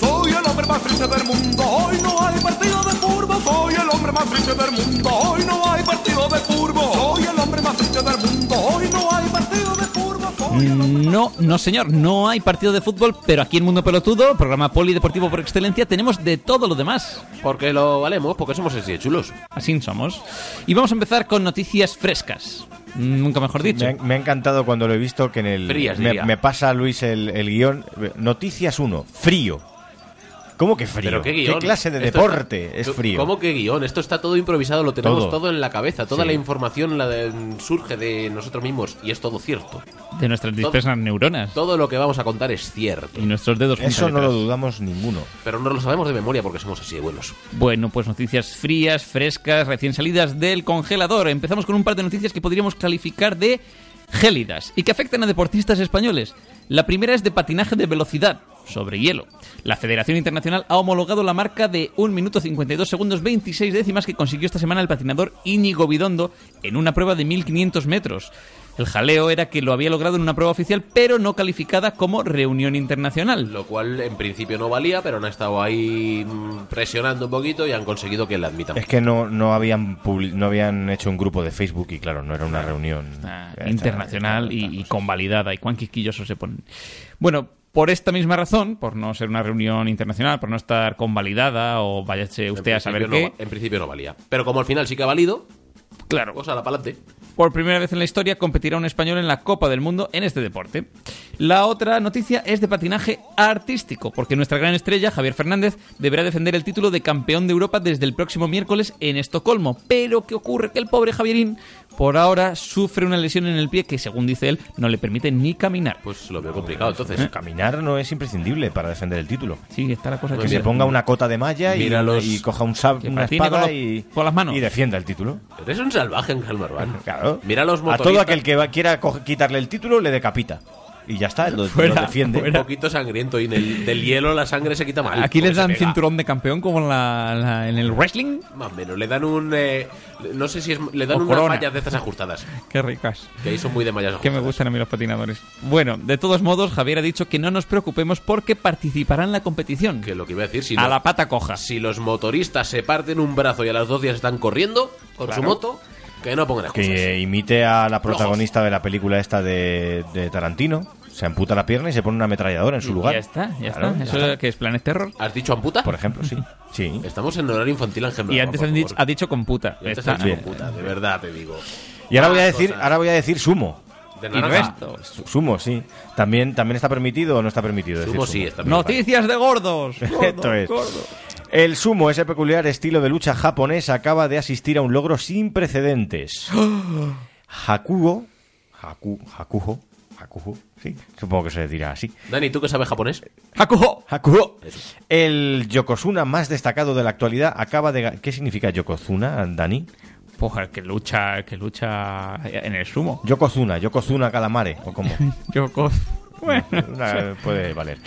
Soy el hombre más triste del mundo, hoy no hay partido de furbo. Soy el hombre más triste del mundo, hoy no hay partido de furbo. Soy el hombre más triste del mundo, hoy no hay partido de furbo. Soy el hombre más-
No, no señor, no hay partido de fútbol, pero aquí en Mundo Pelotudo, programa polideportivo por excelencia, tenemos de todo lo demás.
Porque lo valemos, porque somos así de chulos.
Así somos. Y vamos a empezar con noticias frescas. Nunca mejor dicho.
Me ha, me ha encantado cuando lo he visto que en el.
Frías,
me,
diría.
me pasa Luis el, el guión. Noticias 1. Frío. ¿Cómo que frío?
Pero qué guión.
clase de
Esto
deporte
está-
es
co-
frío?
¿Cómo que guión? Esto está todo improvisado, lo tenemos
Todo.
todo, en la cabeza. Toda
Sí.
la información la de- surge de nosotros mismos y es todo cierto.
De nuestras dispersas neuronas.
Todo lo que vamos a contar es cierto.
Y nuestros dedos
Eso no
juntan
lo
letras.
dudamos ninguno.
Pero no lo sabemos de memoria porque somos así de buenos.
Bueno, pues noticias frías, frescas, recién salidas del congelador. Empezamos con un par de noticias que podríamos calificar de gélidas y que afectan a deportistas españoles. La primera es de patinaje de velocidad sobre hielo. La Federación Internacional ha homologado la marca de 1 minuto 52 segundos 26 décimas que consiguió esta semana el patinador Íñigo Bidondo en una prueba de 1500 metros. El jaleo era que lo había logrado en una prueba oficial pero no calificada como reunión internacional.
Lo cual en principio no valía, pero han estado ahí mm, presionando un poquito y han conseguido que la admitan.
Es que no, no, habían publi- no habían hecho un grupo de Facebook y claro, no era una reunión eh,
Ah,
Está-
internacional
está-
y,
está-
y convalidada. Y cuán quisquillosos se ponen. Bueno, por esta misma razón, por no ser una reunión internacional, por no estar convalidada o váyase
En
usted a saber
principio
qué.
no va- en principio no valía. Pero como al final sí que ha valido,
Claro,
cosa la palante.
por primera vez en la historia competirá un español en la Copa del Mundo en este deporte. La otra noticia es de patinaje artístico, porque nuestra gran estrella, Javier Fernández, deberá defender el título de campeón de Europa desde el próximo miércoles en Estocolmo. Pero ¿qué ocurre? Que el pobre Javierín, por ahora, sufre una lesión en el pie que, según dice él, no le permite ni caminar.
Pues lo veo complicado. Entonces,
¿Eh?
Caminar no es imprescindible para defender el título.
Sí, está la cosa
Muy
Que
que
se
bien.
ponga una cota de malla y,
Pues Mira los-
y coja un sab,
Que
una
patine
espada
con los-
y,
con las manos.
y defienda el título.
eres un salvaje, Ángel Marván.
Claro.
Mira los
A
motoristas.
todo aquel que va- quiera co- quitarle el título le decapita. Y ya está, lo, lo
Fuera,
defiende.
Un poquito sangriento y en el- del hielo la sangre se quita mal.
Aquí les
porque
dan
se pega.
cinturón de campeón como en, la- la- en el wrestling.
Más o menos, le dan un. eh, no sé si es. Le dan
O
unas
corona.
mallas de estas ajustadas.
Qué ricas.
Que ahí son muy de mallas
Que
ajustadas.
me gustan a mí los patinadores. Bueno, de todos modos, Javier ha dicho que no nos preocupemos porque participará en la competición.
Que lo que iba a decir, Ah. si,
a
no-
la pata coja.
si los motoristas se parten un brazo y a las dos días están corriendo con su moto, Que no pongan excusas.
Que imite a la protagonista de la película esta de, de Tarantino. Se amputa la pierna y se pone una ametralladora en su lugar.
Ya está, ya
Claro,
está. Eso que es Planet Terror.
¿Has dicho amputa?
Por ejemplo, sí. Sí.
Estamos en horario infantil, Ángel.
Y
Blanco,
antes
por
han
favor.
dicho, ha dicho con puta.
Y antes
Está.
han dicho
Bien.
amputa, de verdad te digo.
Y ahora voy a
Ah,
decir,
cosas.
ahora voy a decir sumo.
De
Y
naranja.
resto.
Su- Sumo, sí. También, también está permitido o no está permitido. decir
Sumo sí, está bien.
Noticias de gordos. gordos,
Esto es.
gordos.
El sumo, ese peculiar estilo de lucha japonés, acaba de asistir a un logro sin precedentes. Hakugo, Haku, Hakujo, Hakujo, sí, supongo que se dirá así.
Dani, ¿tú que sabes japonés?
Eh, Hakuho.
Hakugo.
Eso.
El Yokozuna más destacado de la actualidad acaba de... ga- ¿Qué significa Yokozuna, Dani?
Poja, Pues, que lucha, que lucha en el sumo.
Yokozuna, Yokozuna Calamare, o como...
Yo co- Bueno,
Una- puede valer.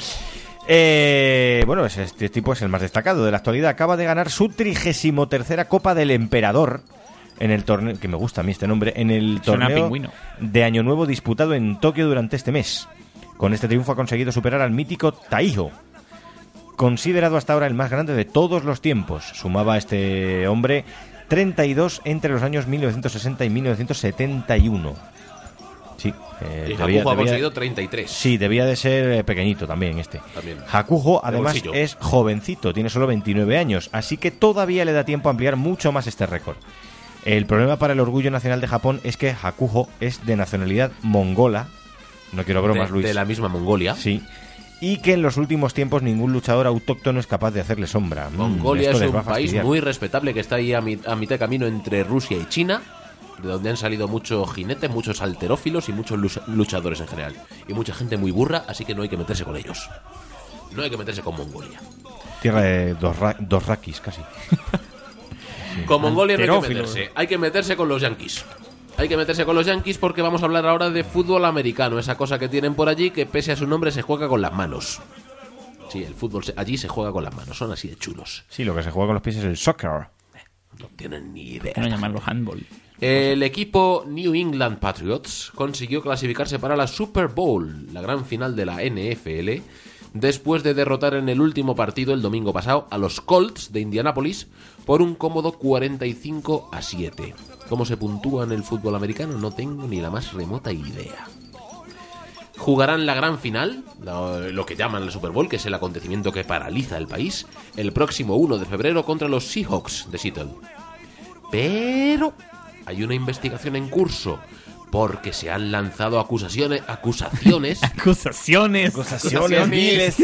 Eh, bueno, ese- este tipo es el más destacado de la actualidad. Acaba de ganar su 33 tercera Copa del Emperador en el torneo, que me gusta a mí este nombre, en el
Suena a
torneo
pingüino.
de Año Nuevo disputado en Tokio durante este mes. Con este triunfo ha conseguido superar al mítico Taiho, considerado hasta ahora el más grande de todos los tiempos. Sumaba este hombre 32 entre los años 1960 y 1971. Sí, eh,
Y
debía-
Jacujo ha
debía-
conseguido 33.
Sí, debía de ser eh, pequeñito también este.
También.
Hakujo además
bolsillo.
es jovencito, tiene solo 29 años, así que todavía le da tiempo a ampliar mucho más este récord. El problema para el orgullo nacional de Japón es que Hakujo es de nacionalidad mongola. No quiero bromas,
de,
Luis.
de la misma Mongolia.
Sí. Y que en los últimos tiempos ningún luchador autóctono es capaz de hacerle sombra. Mm,
Mongolia
esto
es
les va
un
a
país
fastidiar.
muy respetable que está ahí a, mi- a mitad de camino entre Rusia y China, de donde han salido muchos jinetes, muchos alterófilos y muchos lucha- luchadores en general. Y mucha gente muy burra, así que no hay que meterse con ellos. No hay que meterse con Mongolia.
Tierra de dos, ra- dos raquis casi.
Con Mongolia no hay que
Alterófilos.
meterse. Hay que meterse con los yanquis. Hay que meterse con los yanquis porque vamos a hablar ahora de fútbol americano, esa cosa que tienen por allí que pese a su nombre se juega con las manos. Sí, el fútbol se- allí se juega con las manos, son así de chulos.
Sí, lo que se juega con los pies es el soccer.
No tienen ni idea.
no llamarlo handball.
El equipo New England Patriots consiguió clasificarse para la Super Bowl, la gran final de la NFL, después de derrotar en el último partido el domingo pasado a los Colts de Indianápolis por un cómodo 45 a 7. ¿Cómo se puntúa en el fútbol americano? No tengo ni la más remota idea. Jugarán la gran final, lo lo que llaman la Super Bowl, que es el acontecimiento que paraliza el país, el próximo 1 de febrero contra los Seahawks de Seattle. Pero hay una investigación en curso porque se han lanzado acusaciones, acusaciones,
Acusaciones.
Acusaciones viles.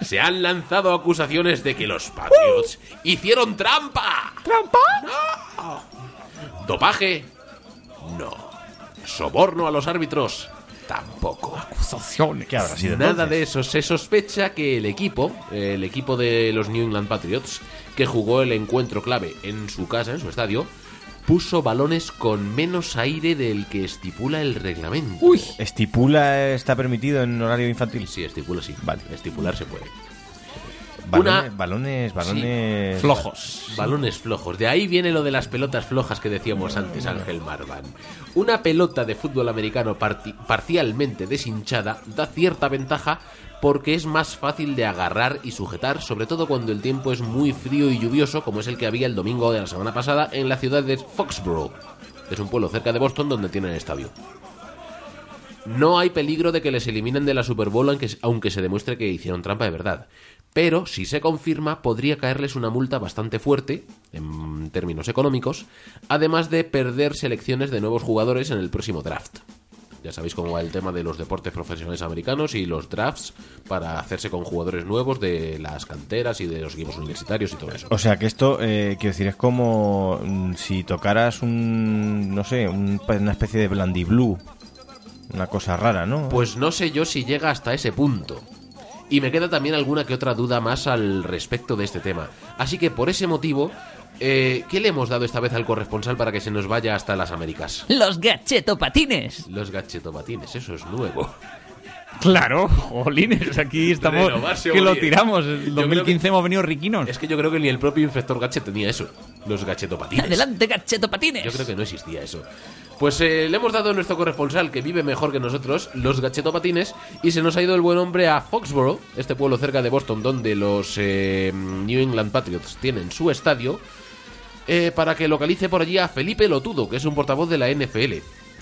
se han lanzado acusaciones de que los Patriots hicieron trampa. ¿Trampa? No. Dopaje. No. Soborno a los árbitros. Tampoco.
Acusaciones.
¿Qué habrá sido
Nada
entonces?
de eso. Se sospecha que el equipo, eh, el equipo de los New England Patriots, que jugó el encuentro clave en su casa, en su estadio, puso balones con menos aire del que estipula el reglamento. Uy.
¿Estipula está permitido en horario infantil?
Sí, estipula sí.
Vale.
Estipular se puede.
Balones,
Una-
balones, balones...
Flojos.
Balones flojos. De ahí viene lo de las pelotas flojas que decíamos antes, Ángel Marván. Una pelota de fútbol americano parti- parcialmente deshinchada da cierta ventaja porque es más fácil de agarrar y sujetar, sobre todo cuando el tiempo es muy frío y lluvioso, como es el que había el domingo de la semana pasada en la ciudad de Foxborough. Es un pueblo cerca de Boston donde tienen estadio. No hay peligro de que les eliminen de la Super Bowl aunque, aunque se demuestre que hicieron trampa de verdad. Pero si se confirma, podría caerles una multa bastante fuerte, en términos económicos, además de perder selecciones de nuevos jugadores en el próximo draft. Ya sabéis cómo va el tema de los deportes profesionales americanos y los drafts para hacerse con jugadores nuevos de las canteras y de los equipos universitarios y todo eso.
O sea que esto, eh, quiero decir, es como mm, si tocaras un, no sé, un- una especie de blandiblue. Una cosa rara, ¿no?
Pues no sé yo si llega hasta ese punto. Y me queda también alguna que otra duda más al respecto de este tema. Así que por ese motivo, eh, ¿qué le hemos dado esta vez al corresponsal para que se nos vaya hasta las Américas?
Los gachetopatines.
Los gachetopatines, eso es nuevo.
Claro, jolines, aquí estamos.
Renovarse,
que lo
oye.
tiramos.
Yo
En
creo
2015
que-
hemos venido riquinos.
Es que yo creo que ni el propio inspector Gachet tenía eso. Los gachetopatines.
Adelante, gachetopatines.
Yo creo que no existía eso. Pues eh, le hemos dado a nuestro corresponsal, que vive mejor que nosotros, los gachetopatines, y se nos ha ido el buen hombre a Foxborough, este pueblo cerca de Boston, donde los eh, New England Patriots tienen su estadio, eh, para que localice por allí a Felipe Lotudo, que es un portavoz de la NFL.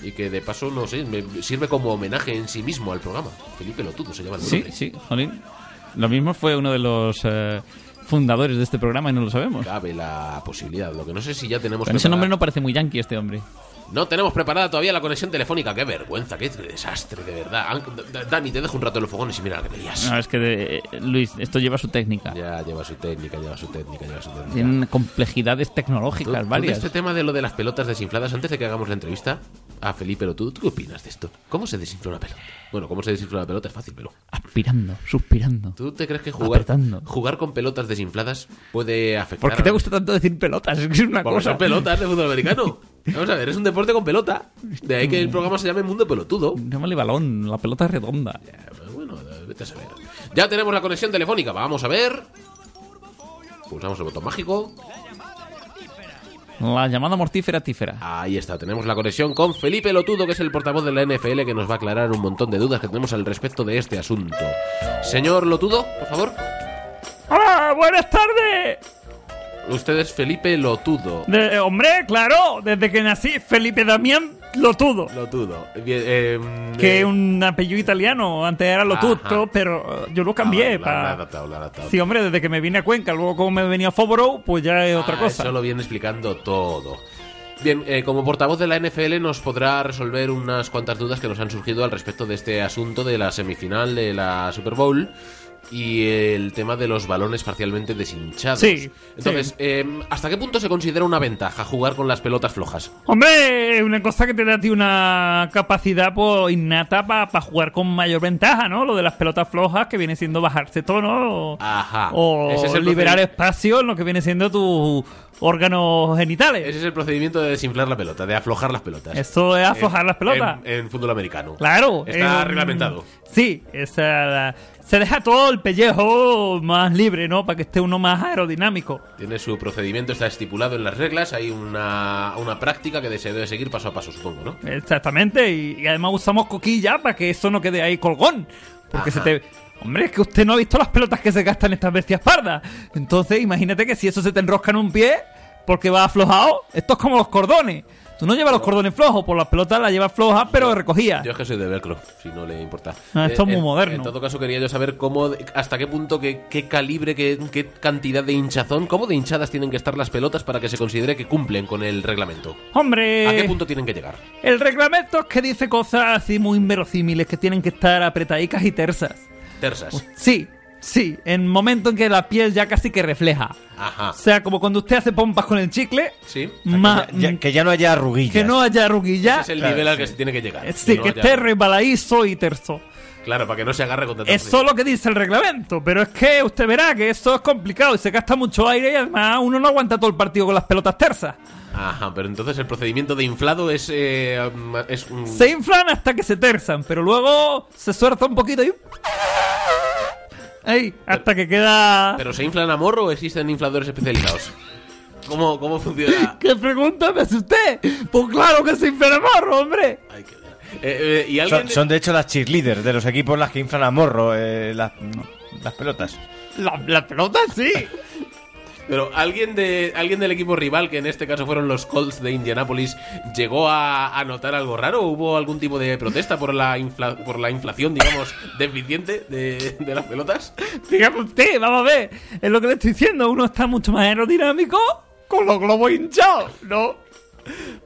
Y que de paso, no sé, me sirve como homenaje en sí mismo al programa. Felipe Lotudo se llama el
Sí,
nombre.
sí, jolín. Lo mismo fue uno de los eh, fundadores de este programa y no lo sabemos.
Cabe la posibilidad. Lo que no sé si ya tenemos.
Con ese
preparada-
nombre no parece muy yankee este hombre.
No tenemos preparada todavía la conexión telefónica. Qué vergüenza, qué desastre, de verdad. An- D- D- Dani, te dejo un rato en los fogones y mira la que me lías.
No, es que, de- eh, Luis, esto lleva su técnica.
Ya lleva su técnica, lleva su técnica, lleva su técnica.
Tienen complejidades
Tú- tú
tecnológicas
de
varias.
este tema de lo de las pelotas desinfladas, antes de que hagamos la entrevista a Felipe Lotudo, ¿tú qué opinas de esto? ¿Cómo se desinfla una pelota? Bueno, ¿cómo se desinfla una pelota? Es fácil, pero...
Aspirando, suspirando.
¿Tú te crees que jugar,
Apretando.
jugar con pelotas desinfladas puede afectar...
¿Por qué te gusta tanto decir pelotas? Es que es una
Porque
cosa.
son pelotas de fútbol americano. Vamos a ver, es un deporte con pelota. De ahí que el programa se llame Mundo Pelotudo.
Llámale balón, la pelota es redonda.
Eh, Bueno, vete a saber. Ya tenemos la conexión telefónica. Vamos a ver. Pulsamos el botón mágico.
La llamada mortífera tífera.
Ahí está, tenemos la conexión con Felipe Lotudo, que es el portavoz de la NFL, que nos va a aclarar un montón de dudas que tenemos al respecto de este asunto. Señor Lotudo, por favor.
¡Hola! ¡Buenas tardes!
Usted es Felipe Lotudo.
De- eh, hombre, claro, desde que nací, Felipe Damián Lotudo.
Lotudo. Bien, eh,
Que
eh,
es un apellido italiano, antes era Lotuto,
Ajá.
pero eh, yo lo
ah, vale, lo
cambié
han
para...
adaptado, lo han adaptado.
Sí, hombre, desde que me vine a Cuenca, luego como me venía a Foborough, pues ya es otra
Ah,
cosa.
Eso lo viene explicando todo. Bien, eh, como portavoz de la NFL nos podrá resolver unas cuantas dudas que nos han surgido al respecto de este asunto de la semifinal de la Super Bowl y el tema de los balones parcialmente deshinchados.
Sí,
Entonces,
sí.
eh, ¿hasta qué punto se considera una ventaja jugar con las pelotas flojas?
Hombre, es una cosa que te da a ti una capacidad pues, innata para jugar con mayor ventaja, ¿no? Lo de las pelotas flojas, que viene siendo bajarse tono o,
Ajá.
o
Ese es el
liberar
procedimiento-
espacio en lo que viene siendo tus órganos genitales.
Ese es el procedimiento de desinflar la pelota, de aflojar las pelotas.
Esto es aflojar
En-
las pelotas.
En, en fútbol americano.
Claro.
Está
em,
reglamentado.
Sí, esa, la- se deja todo el pellejo más libre, ¿no? Para que esté uno más aerodinámico.
Tiene su procedimiento, está estipulado en las reglas, hay una, una práctica que se debe seguir paso a paso, supongo, ¿no?
Exactamente, y, y además usamos coquilla para que eso no quede ahí colgón. Porque
Ajá.
se te. Hombre, es que usted no ha visto las pelotas que se gastan estas bestias pardas. Entonces, imagínate que si eso se te enrosca en un pie, porque va aflojado, esto es como los cordones. Tú no llevas los cordones flojos, por las pelotas las llevas flojas, pero recogías.
Yo es que soy de velcro, si no le importa. Eh,
Ah, esto es muy
en-
moderno.
En todo caso, quería yo saber cómo, hasta qué punto, qué, qué calibre, qué, qué cantidad de hinchazón, cómo de hinchadas tienen que estar las pelotas para que se considere que cumplen con el reglamento.
Hombre.
¿A qué punto tienen que llegar?
El reglamento es que dice cosas así muy inverosímiles que tienen que estar apretadicas y tersas.
Tersas.
Sí, sí, en momento en que la piel ya casi que refleja.
Ajá.
O sea, como cuando usted hace pompas con el chicle,
Sí.
ma-
Ya- ya- que ya no haya arruguillas.
que no haya arruguilla.
Ese
eh,
es el
Claro,
nivel al
sí.
que se tiene que llegar.
Ah. Sí,
No
que
haya-
esté resbaladizo y terso.
Claro, para que no se agarre con tanta
Es
facilidad.
solo que dice el reglamento, pero es que usted verá que eso es complicado y se gasta mucho aire y además uno no aguanta todo el partido con las pelotas tersas.
Ajá, pero entonces el procedimiento de inflado es. eh, um, es un-
Se inflan hasta que se tersan, pero luego se suelta un poquito y... Ahí, hasta que queda...
¿Pero se inflan a morro o existen infladores especializados? ¿Cómo, cómo funciona?
¿Qué pregunta me hace usted? Pues claro que se infla el morro, hombre.
Hay que ver. Eh, eh, ¿Y alguien
Son, son, de hecho las cheerleaders de los equipos las que inflan a morro eh, las, las pelotas.
La, la pelota sí.
Pero alguien de alguien del equipo rival, que en este caso fueron los Colts de Indianápolis, llegó a, a notar algo raro. ¿Hubo algún tipo de protesta por la infla- por la inflación, digamos, deficiente de, de las pelotas?
Dígame usted, vamos a ver. Es lo que le estoy diciendo. Uno está mucho más aerodinámico con los globos hinchados, ¿no?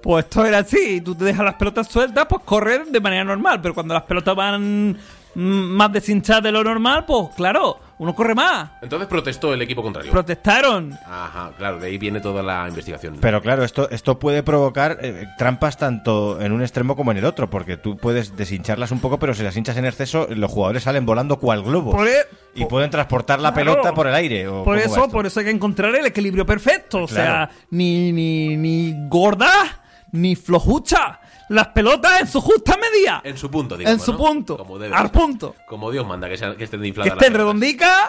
Pues esto era así. Tú te dejas las pelotas sueltas, pues correr de manera normal. Pero cuando las pelotas van mm, más deshinchadas de lo normal, pues claro, uno corre más.
Entonces protestó el equipo contrario.
Protestaron.
Ajá, claro, de ahí viene toda la investigación.
Pero claro, esto, esto puede provocar eh, trampas tanto en un extremo como en el otro, porque tú puedes deshincharlas un poco, pero si las hinchas en exceso, los jugadores salen volando cual globo.
Por e-
y pueden transportar la
Claro.
pelota por el aire. o
Por
cómo va
eso,
esto.
por eso hay que encontrar el equilibrio perfecto. O sea,
Claro.
ni, ni, ni gorda, ni flojucha. Las pelotas en su justa medida.
En su punto, digamos.
En su
¿no?
punto.
Como debe
Al
ser.
punto.
Como Dios manda que, sean- que estén
Que
infladas. las
estén
pelotas.
redondicas,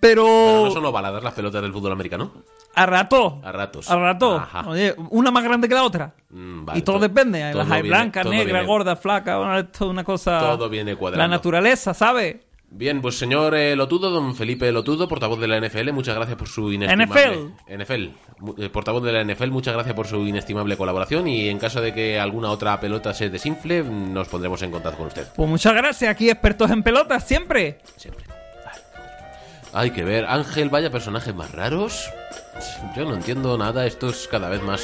Pero no
pero
son ovaladas las pelotas del fútbol americano.
a rato.
A ratos.
A rato.
Ajá.
Oye, una más grande que la otra.
Mm, vale,
y todo,
todo-
depende. Hay
todo
Las hay
viene-
blancas,
todo
negras,
viene-
gordas, flacas. Bueno, esto es una cosa.
Todo viene cuadrando.
La naturaleza, ¿sabe?
Bien, pues señor eh, Lotudo, don Felipe Lotudo, portavoz de la NFL, muchas gracias por su inestimable... NFL. mu- eh, portavoz de la NFL, muchas gracias por su inestimable colaboración y en caso de que alguna otra pelota se desinfle, nos pondremos en contacto con usted.
Pues muchas gracias, aquí expertos en pelotas, siempre.
Siempre. Hay que ver. Ángel, vaya personajes más raros. Yo no entiendo nada. Esto es cada vez más...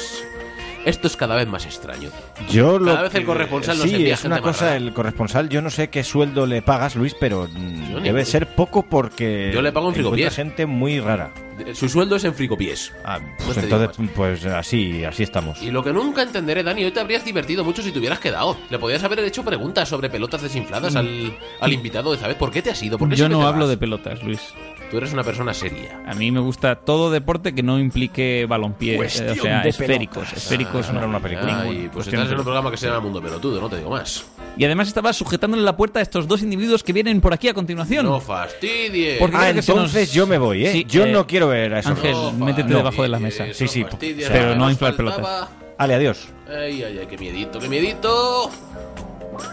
Esto es cada vez más extraño.
Yo lo
Cada vez el
que-
corresponsal nos
sí,
envía
es
gente
una
más
cosa,
rara.
el corresponsal, yo no sé qué sueldo le pagas, Luis, pero mm,
Yo ni-
debe ser poco porque
Yo le pago en
encuentra
frigopiés.
gente muy rara.
Eh, Su sueldo es en fricopiés.
Ah,
No
pues
te digo
entonces, pues así, así estamos.
Y lo que nunca entenderé, Dani, hoy te habrías divertido mucho si te hubieras quedado. Le podías haber hecho preguntas sobre pelotas desinfladas al, al invitado de ¿Sabes por qué te has ido? ¿Por qué
Mm. Yo
siempre
no
te
hablo de
vas?
pelotas, Luis.
Tú eres una persona seria.
A mí me gusta todo deporte que no implique balompié, eh, o
Cuestión
sea,
de
esféricos,
pelotas.
esféricos
Ah,
no.
era una película.
Ay,
Ninguna.
pues
Cuestión
estás en
de
un programa que se llama Mundo Pelotudo, no te digo más.
pelotas. Y además estaba sujetándole la puerta a estos dos individuos que vienen por aquí a continuación.
No fastidies.
Porque-
Ah,
creo que se
entonces
nos-
yo me voy, ¿eh?
Sí,
yo
eh,
no quiero ver a esos
Ángel,
dos.
fastidies,
métete debajo de la mesa.
Sí, sí,
fastidies,
pero
que
no
nos
inflar
faltaba.
pelotas.
Ale, adiós.
Ay, ay, ay, qué miedito, qué miedito.
Pues-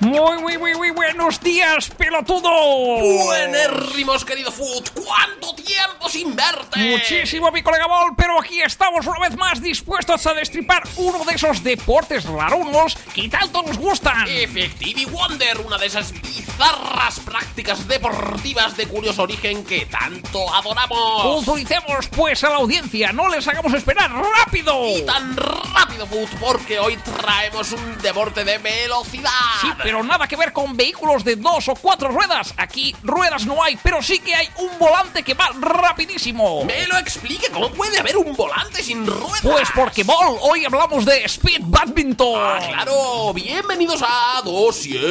Muy, muy, muy, muy buenos días, pelotudo.
er-
Buenérrimos, querido Foot. ¿Cuánto tiempo sin verte?
Muchísimo, mi colega Ball, pero aquí estamos una vez más dispuestos a destripar uno de esos deportes rarunos que tanto nos gustan.
Effective Wonder, una de esas bizarras prácticas deportivas de curioso origen que tanto adoramos.
Autoricemos pues a la audiencia, no les hagamos esperar, rápido.
Y tan rápido, Foot, porque hoy traemos un deporte de velocidad.
Sí, pero nada que ver con vehículos de dos o cuatro ruedas. Aquí ruedas no hay, pero sí que hay un volante que va rapidísimo.
Me lo explique, ¿cómo puede haber un volante sin ruedas?
Pues porque Ball, hoy hablamos de Speed Badminton.
Ah, claro, bienvenidos a Dosier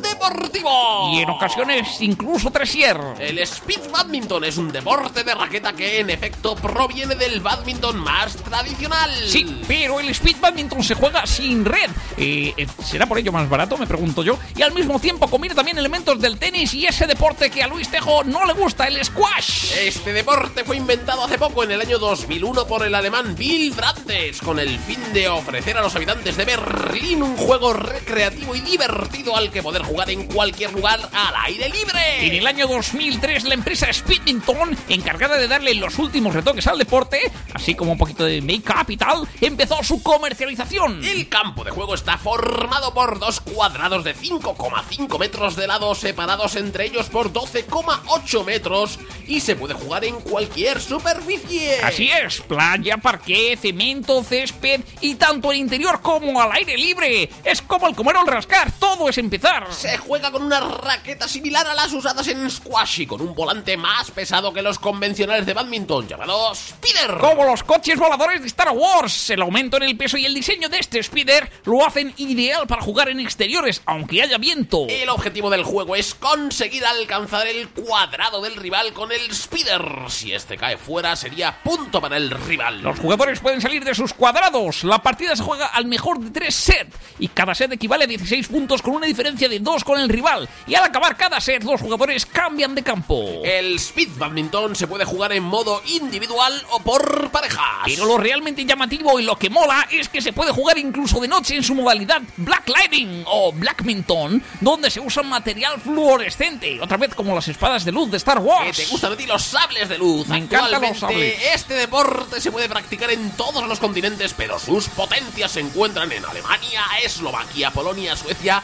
Deportivo.
Y en ocasiones incluso tresier.
El speed badminton es un deporte de raqueta que en efecto proviene del badminton más tradicional.
Sí, pero el speed badminton se juega sin red. Eh, eh, ¿Será por ello más barato? Me pregunto yo. Y al mismo tiempo combina también elementos del tenis y ese deporte que a Luis Tejo no le gusta, el squash.
Este deporte fue inventado hace poco en el año 2001 por el alemán Bill Brandes con el fin de ofrecer a los habitantes de Berlín un juego recreativo y divertido al que poder jugar en cualquier lugar al aire libre.
En el año 2003, la empresa Speedminton, encargada de darle los últimos retoques al deporte, así como un poquito de make-up y tal, empezó su comercialización.
El campo de juego está formado por dos cuadrados de 5,5 metros de lado separados entre ellos por 12,8 metros y se puede jugar en cualquier superficie.
Así es, playa, parqué, cemento, césped y tanto al interior como al aire libre. Es como el comer o el rascar, todo es empezar.
Se juega con una raqueta similar a las usadas en squash y con un volante más pesado que los convencionales de badminton llamado Spider.
Como los coches voladores de Star Wars, el aumento en el peso y el diseño de este speeder lo hacen ideal para jugar en exteriores, aunque haya viento.
El objetivo del juego es conseguir alcanzar el cuadrado del rival con el Spider. Si este cae fuera sería punto para el rival.
Los jugadores pueden salir de sus cuadrados. La partida se juega al mejor de tres sets y cada set equivale a 16 puntos con una diferencia de 2 con el rival. Y al acabar cada set, los jugadores cambian de campo.
El speed badminton se puede jugar en modo individual o por parejas.
Pero lo realmente llamativo y lo que mola es que se puede jugar incluso de noche en su modalidad Black Lightning o Blackminton, donde se usa material fluorescente, otra vez como las espadas de luz de Star
que
Wars.
te gustan a ti los sables de luz.
Me encantan los
Actualmente,
sables.
Este deporte se puede practicar en todos los continentes, pero sus potencias se encuentran en Alemania, Eslovaquia, Polonia, Suecia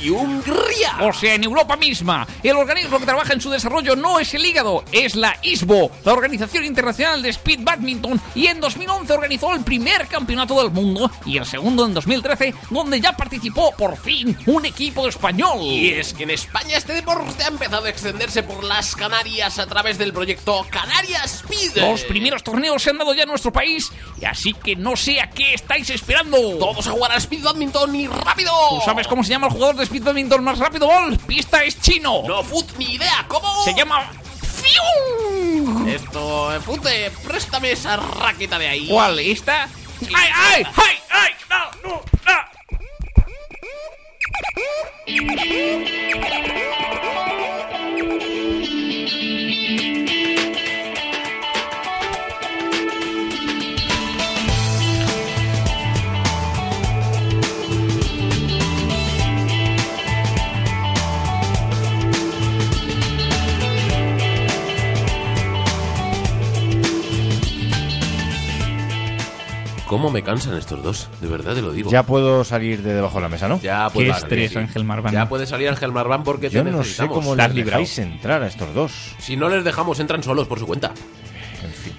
y Hungría.
O sea, en Europa misma, el organismo que trabaja en su desarrollo no es el hígado, es la ISBO, la Organización Internacional de Speed Badminton, y en 2011 organizó el primer campeonato del mundo y el segundo en 2013, donde ya participó por fin un equipo español.
Y es que en España este deporte ha empezado a extenderse por las Canarias a través del proyecto Canarias Speed.
Los primeros torneos se han dado ya en nuestro país, y así que no sé a qué estáis esperando.
Todos a jugar a Speed Badminton y rápido.
¿Tú sabes cómo se llama el jugador de Speed Badminton más rápido, Ball? Pista es chino.
No, Foot, ni idea. ¿Cómo?
Se llama... ¡Fiu!
Esto, eh, Fute, préstame esa raqueta de ahí.
¿Cuál? ¿Esta? ¡Ay, ay! ¡Ay, ay! ¡No, no, no!
¿Cómo me cansan estos dos? De verdad te lo digo.
Ya puedo salir de debajo de la mesa, ¿no?
Ya
Qué
puede salir.
estrés, Ángel Marván. ¿eh?
Ya puede salir Ángel Marván porque
Yo
te
no sé
necesitamos.
cómo les
Estás librado.
dejáis entrar a estos dos.
Si no les dejamos, entran solos por su cuenta.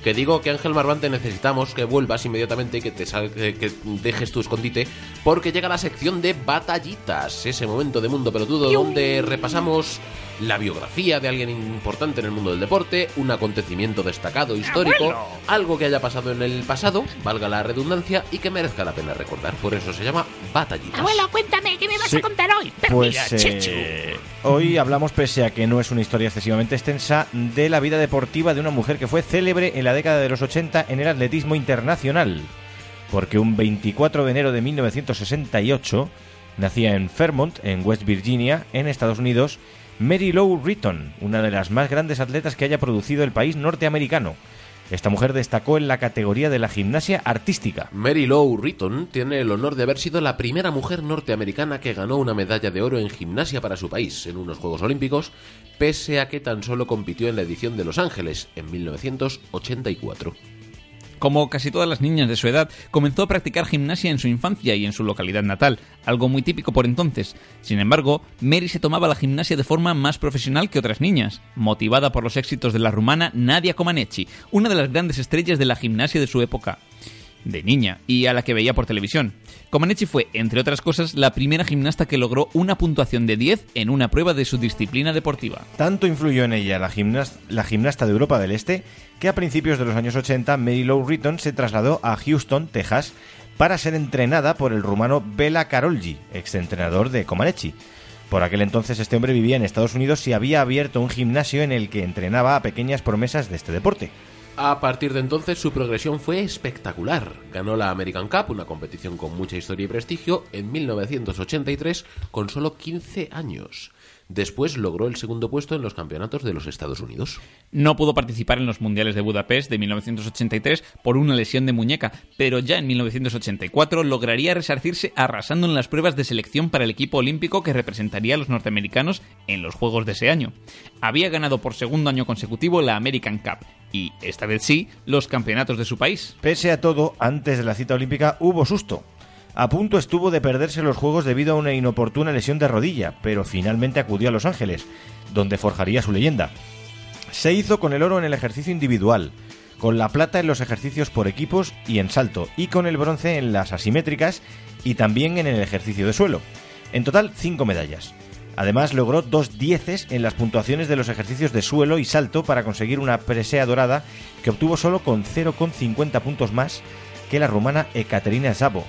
Que digo que Ángel Marván te necesitamos que vuelvas inmediatamente y que te sal- que que dejes tu escondite, porque llega la sección de batallitas, ese momento de mundo pelotudo donde repasamos la biografía de alguien importante en el mundo del deporte, un acontecimiento destacado histórico, algo que haya pasado en el pasado, valga la redundancia, y que merezca la pena recordar. Por eso se llama batallitas.
Abuelo, cuéntame, ¿qué me vas
Sí.
a contar hoy?
Pues
Mira,
eh,
chichu.
hoy hablamos, pese a que no es una historia excesivamente extensa, de la vida deportiva de una mujer que fue célebre en la década de los 80 en el atletismo internacional. Porque un 24 de enero de 1968 nacía en Fairmont, en West Virginia, en Estados Unidos, Mary Lou Retton, una de las más grandes atletas que haya producido el país norteamericano. Esta mujer destacó en la categoría de la gimnasia artística.
Mary Lou Retton tiene el honor de haber sido la primera mujer norteamericana que ganó una medalla de oro en gimnasia para su país en unos Juegos Olímpicos, pese a que tan solo compitió en la edición de Los Ángeles en 1984.
Como casi todas las niñas de su edad, comenzó a practicar gimnasia en su infancia y en su localidad natal, algo muy típico por entonces. Sin embargo, Mary se tomaba la gimnasia de forma más profesional que otras niñas, motivada por los éxitos de la rumana Nadia Comaneci, una de las grandes estrellas de la gimnasia de su época de niña y a la que veía por televisión. Comaneci fue, entre otras cosas, la primera gimnasta que logró una puntuación de 10 en una prueba de su disciplina deportiva.
Tanto influyó en ella la, gimnas- la gimnasta de Europa del Este que a principios de los años 80 Mary Lou Retton se trasladó a Houston, Texas, para ser entrenada por el rumano Bela Karolyi, exentrenador de Comaneci. Por aquel entonces este hombre vivía en Estados Unidos y había abierto un gimnasio en el que entrenaba a pequeñas promesas de este deporte.
A partir de entonces su progresión fue espectacular. Ganó la American Cup, una competición con mucha historia y prestigio, en 1983 con solo 15 años. Después logró el segundo puesto en los campeonatos de los Estados Unidos.
No pudo participar en los Mundiales de Budapest de 1983 por una lesión de muñeca, pero ya en 1984 lograría resarcirse arrasando en las pruebas de selección para el equipo olímpico que representaría a los norteamericanos en los Juegos de ese año. Había ganado por segundo año consecutivo la American Cup y, esta vez sí, los campeonatos de su país.
Pese a todo, antes de la cita olímpica hubo susto. A punto estuvo de perderse los Juegos debido a una inoportuna lesión de rodilla, pero finalmente acudió a Los Ángeles, donde forjaría su leyenda. Se hizo con el oro en el ejercicio individual, con la plata en los ejercicios por equipos y en salto, y con el bronce en las asimétricas y también en el ejercicio de suelo. En total, cinco medallas. Además, logró dos dieces en las puntuaciones de los ejercicios de suelo y salto para conseguir una presea dorada que obtuvo solo con 0,50 puntos más que la rumana Ekaterina Sabo,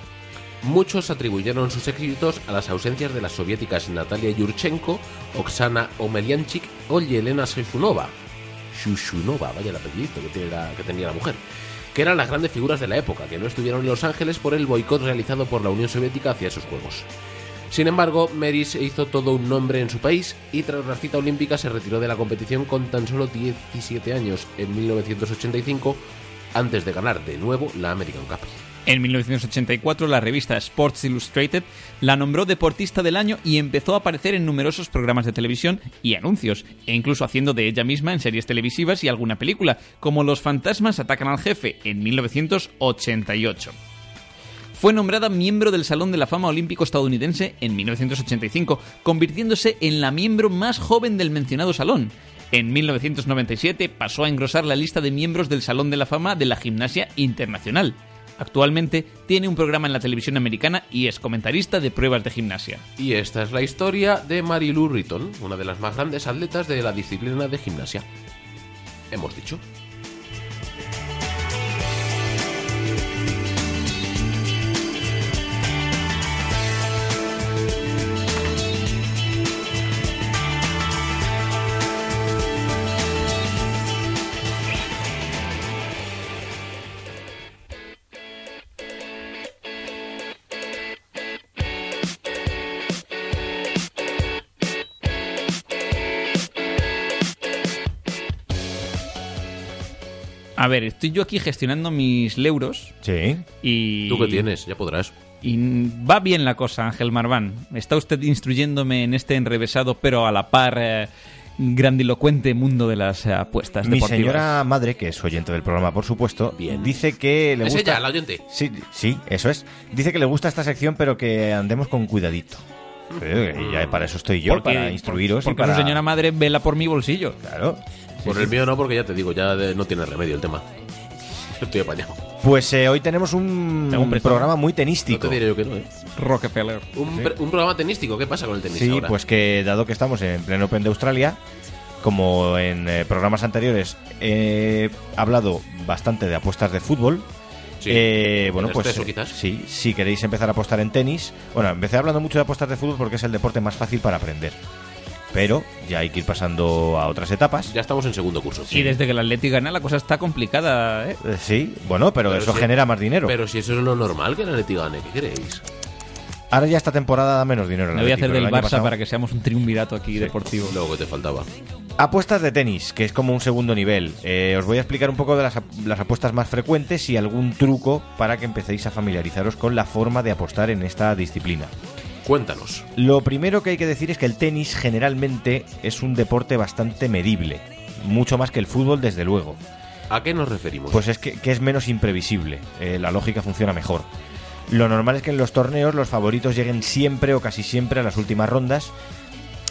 Muchos atribuyeron sus éxitos a las ausencias de las soviéticas Natalia Yurchenko, Oksana Omelianchik o Yelena Shushunova. Shushunova, vaya el apellido que, tiene la- que tenía la mujer. Que eran las grandes figuras de la época, que no estuvieron en Los Ángeles por el boicot realizado por la Unión Soviética hacia esos juegos. Sin embargo, Mary se hizo todo un nombre en su país y tras la cita olímpica se retiró de la competición con tan solo 17 años en 1985 antes de ganar de nuevo la American Cup.
En 1984, la revista Sports Illustrated la nombró Deportista del Año y empezó a aparecer en numerosos programas de televisión y anuncios, e incluso haciendo de ella misma en series televisivas y alguna película, como Los fantasmas atacan al jefe en 1988 fue nombrada miembro del Salón de la Fama Olímpico Estadounidense en 1985, convirtiéndose en la miembro más joven del mencionado salón. En 1997 pasó a engrosar la lista de miembros del Salón de la Fama de la Gimnasia Internacional. Actualmente tiene un programa en la televisión americana y es comentarista de pruebas de gimnasia.
Y esta es la historia de Mary Lou Retton, una de las más grandes atletas de la disciplina de gimnasia. Hemos dicho.
A ver, estoy yo aquí gestionando mis leuros
Sí.
y...
¿Tú qué tienes? Ya podrás.
Y va bien la cosa, Ángel Marván. Está usted instruyéndome en este enrevesado, pero a la par eh, grandilocuente mundo de las eh, apuestas
Mi
deportivas.
señora madre, que es oyente del programa, por supuesto,
Bien.
dice que le
Es
gusta...
ella, la oyente.
Sí, sí, eso es. Dice que le gusta esta sección, pero que andemos con cuidadito. Eh, ya para eso estoy yo, para instruiros y
Mm. Porque
para...
su señora madre vela por mi bolsillo.
Claro.
Por el mío no, porque ya te digo, ya de- no tiene remedio el tema. Estoy apañado.
Pues eh, hoy tenemos un
Tengo un préstamo.
programa muy
No
tenístico.
te diré yo que no, ¿eh?
Rockefeller.
Un, pre- un programa tenístico, ¿qué pasa con el tenis
Sí,
ahora?
pues que dado que estamos en pleno Open de Australia, como en eh, programas anteriores he hablado bastante de apuestas de fútbol.
Sí.
eh, bueno,
En
pues
exceso,
eh,
quizás.
sí, si queréis empezar a apostar en tenis, bueno, empecé hablando mucho de apuestas de fútbol porque es el deporte más fácil para aprender. Pero ya hay que ir pasando a otras etapas.
Ya estamos en segundo curso.
Y desde que el Atleti gana la cosa está complicada, ¿eh?
Eh, Sí, bueno, pero,
Pero
eso
sí.
genera más dinero.
Pero si eso es lo normal que el Atleti gane, ¿qué queréis?
Ahora ya esta temporada da menos dinero. el
Me voy a
Atleti,
hacer
pero el
del
año
Barça
pasado-
para que seamos un triunvirato aquí deportivo.
Lo que te faltaba.
Apuestas de tenis, que es como un segundo nivel. Eh, os voy a explicar un poco de las, ap- las apuestas más frecuentes y algún truco para que empecéis a familiarizaros con la forma de apostar en esta disciplina.
Cuéntanos.
Lo primero que hay que decir es que el tenis generalmente es un deporte bastante medible, mucho más que el fútbol desde luego.
¿A qué nos referimos?
Pues es que, que es menos imprevisible, eh, la lógica funciona mejor. Lo normal es que en los torneos los favoritos lleguen siempre o casi siempre a las últimas rondas,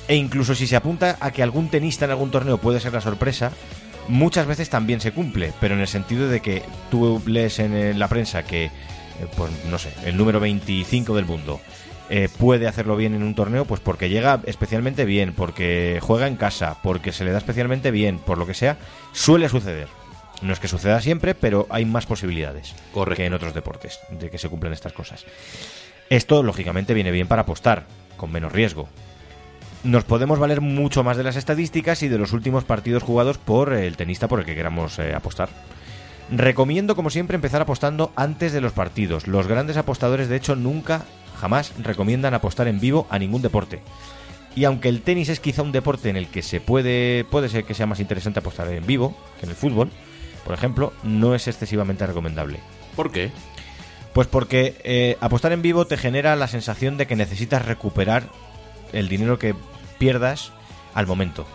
e incluso si se apunta a que algún tenista en algún torneo puede ser la sorpresa, muchas veces también se cumple, pero en el sentido de que tú lees en eh, la prensa que, eh, pues no sé, el número 25 del mundo. eh, puede hacerlo bien en un torneo, pues porque llega especialmente bien, porque juega en casa, porque se le da especialmente bien, por lo que sea, suele suceder. No es que suceda siempre, pero hay más posibilidades
Correcto.
que en otros deportes de que se cumplan estas cosas. Esto, lógicamente, viene bien para apostar, con menos riesgo. Nos podemos valer mucho más de las estadísticas y de los últimos partidos jugados por el tenista por el que queramos eh, apostar. Recomiendo, como siempre, empezar apostando antes de los partidos. Los grandes apostadores, de hecho, nunca, jamás recomiendan apostar en vivo a ningún deporte. Y aunque el tenis es quizá un deporte en el que se puede, puede ser que sea más interesante apostar en vivo que en el fútbol, por ejemplo, no es excesivamente recomendable.
¿Por qué?
Pues porque eh, apostar en vivo te genera la sensación de que necesitas recuperar el dinero que pierdas al momento.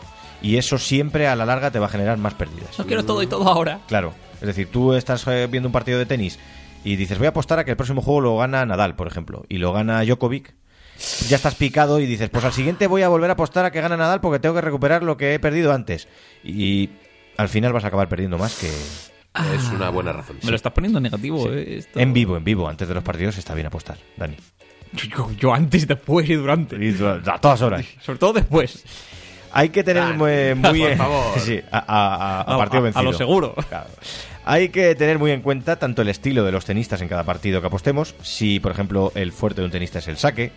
Y eso siempre a la larga te va a generar más pérdidas.
No quiero todo y todo ahora.
Claro. Es decir, tú estás eh, viendo un partido de tenis y dices, voy a apostar a que el próximo juego lo gana Nadal, por ejemplo, y lo gana Djokovic. Ya estás picado y dices, pues al siguiente voy a volver a apostar a que gana Nadal porque tengo que recuperar lo que he perdido antes. Y al final vas a acabar perdiendo más que
Es una buena razón.
Me lo estás poniendo negativo,
Sí. Em,
¿eh? Esto-
en vivo, en vivo. Antes de los partidos está bien apostar, Dani.
Yo, yo antes, después y durante.
Y A todas horas.
Sobre todo después.
Hay que tener muy, muy-
por favor.
sí, a, a- a- a partido
a- a
vencido.
lo seguro.
Claro. Hay que tener muy en cuenta tanto el estilo de los tenistas en cada partido que apostemos, si por ejemplo el fuerte de un tenista es el saque,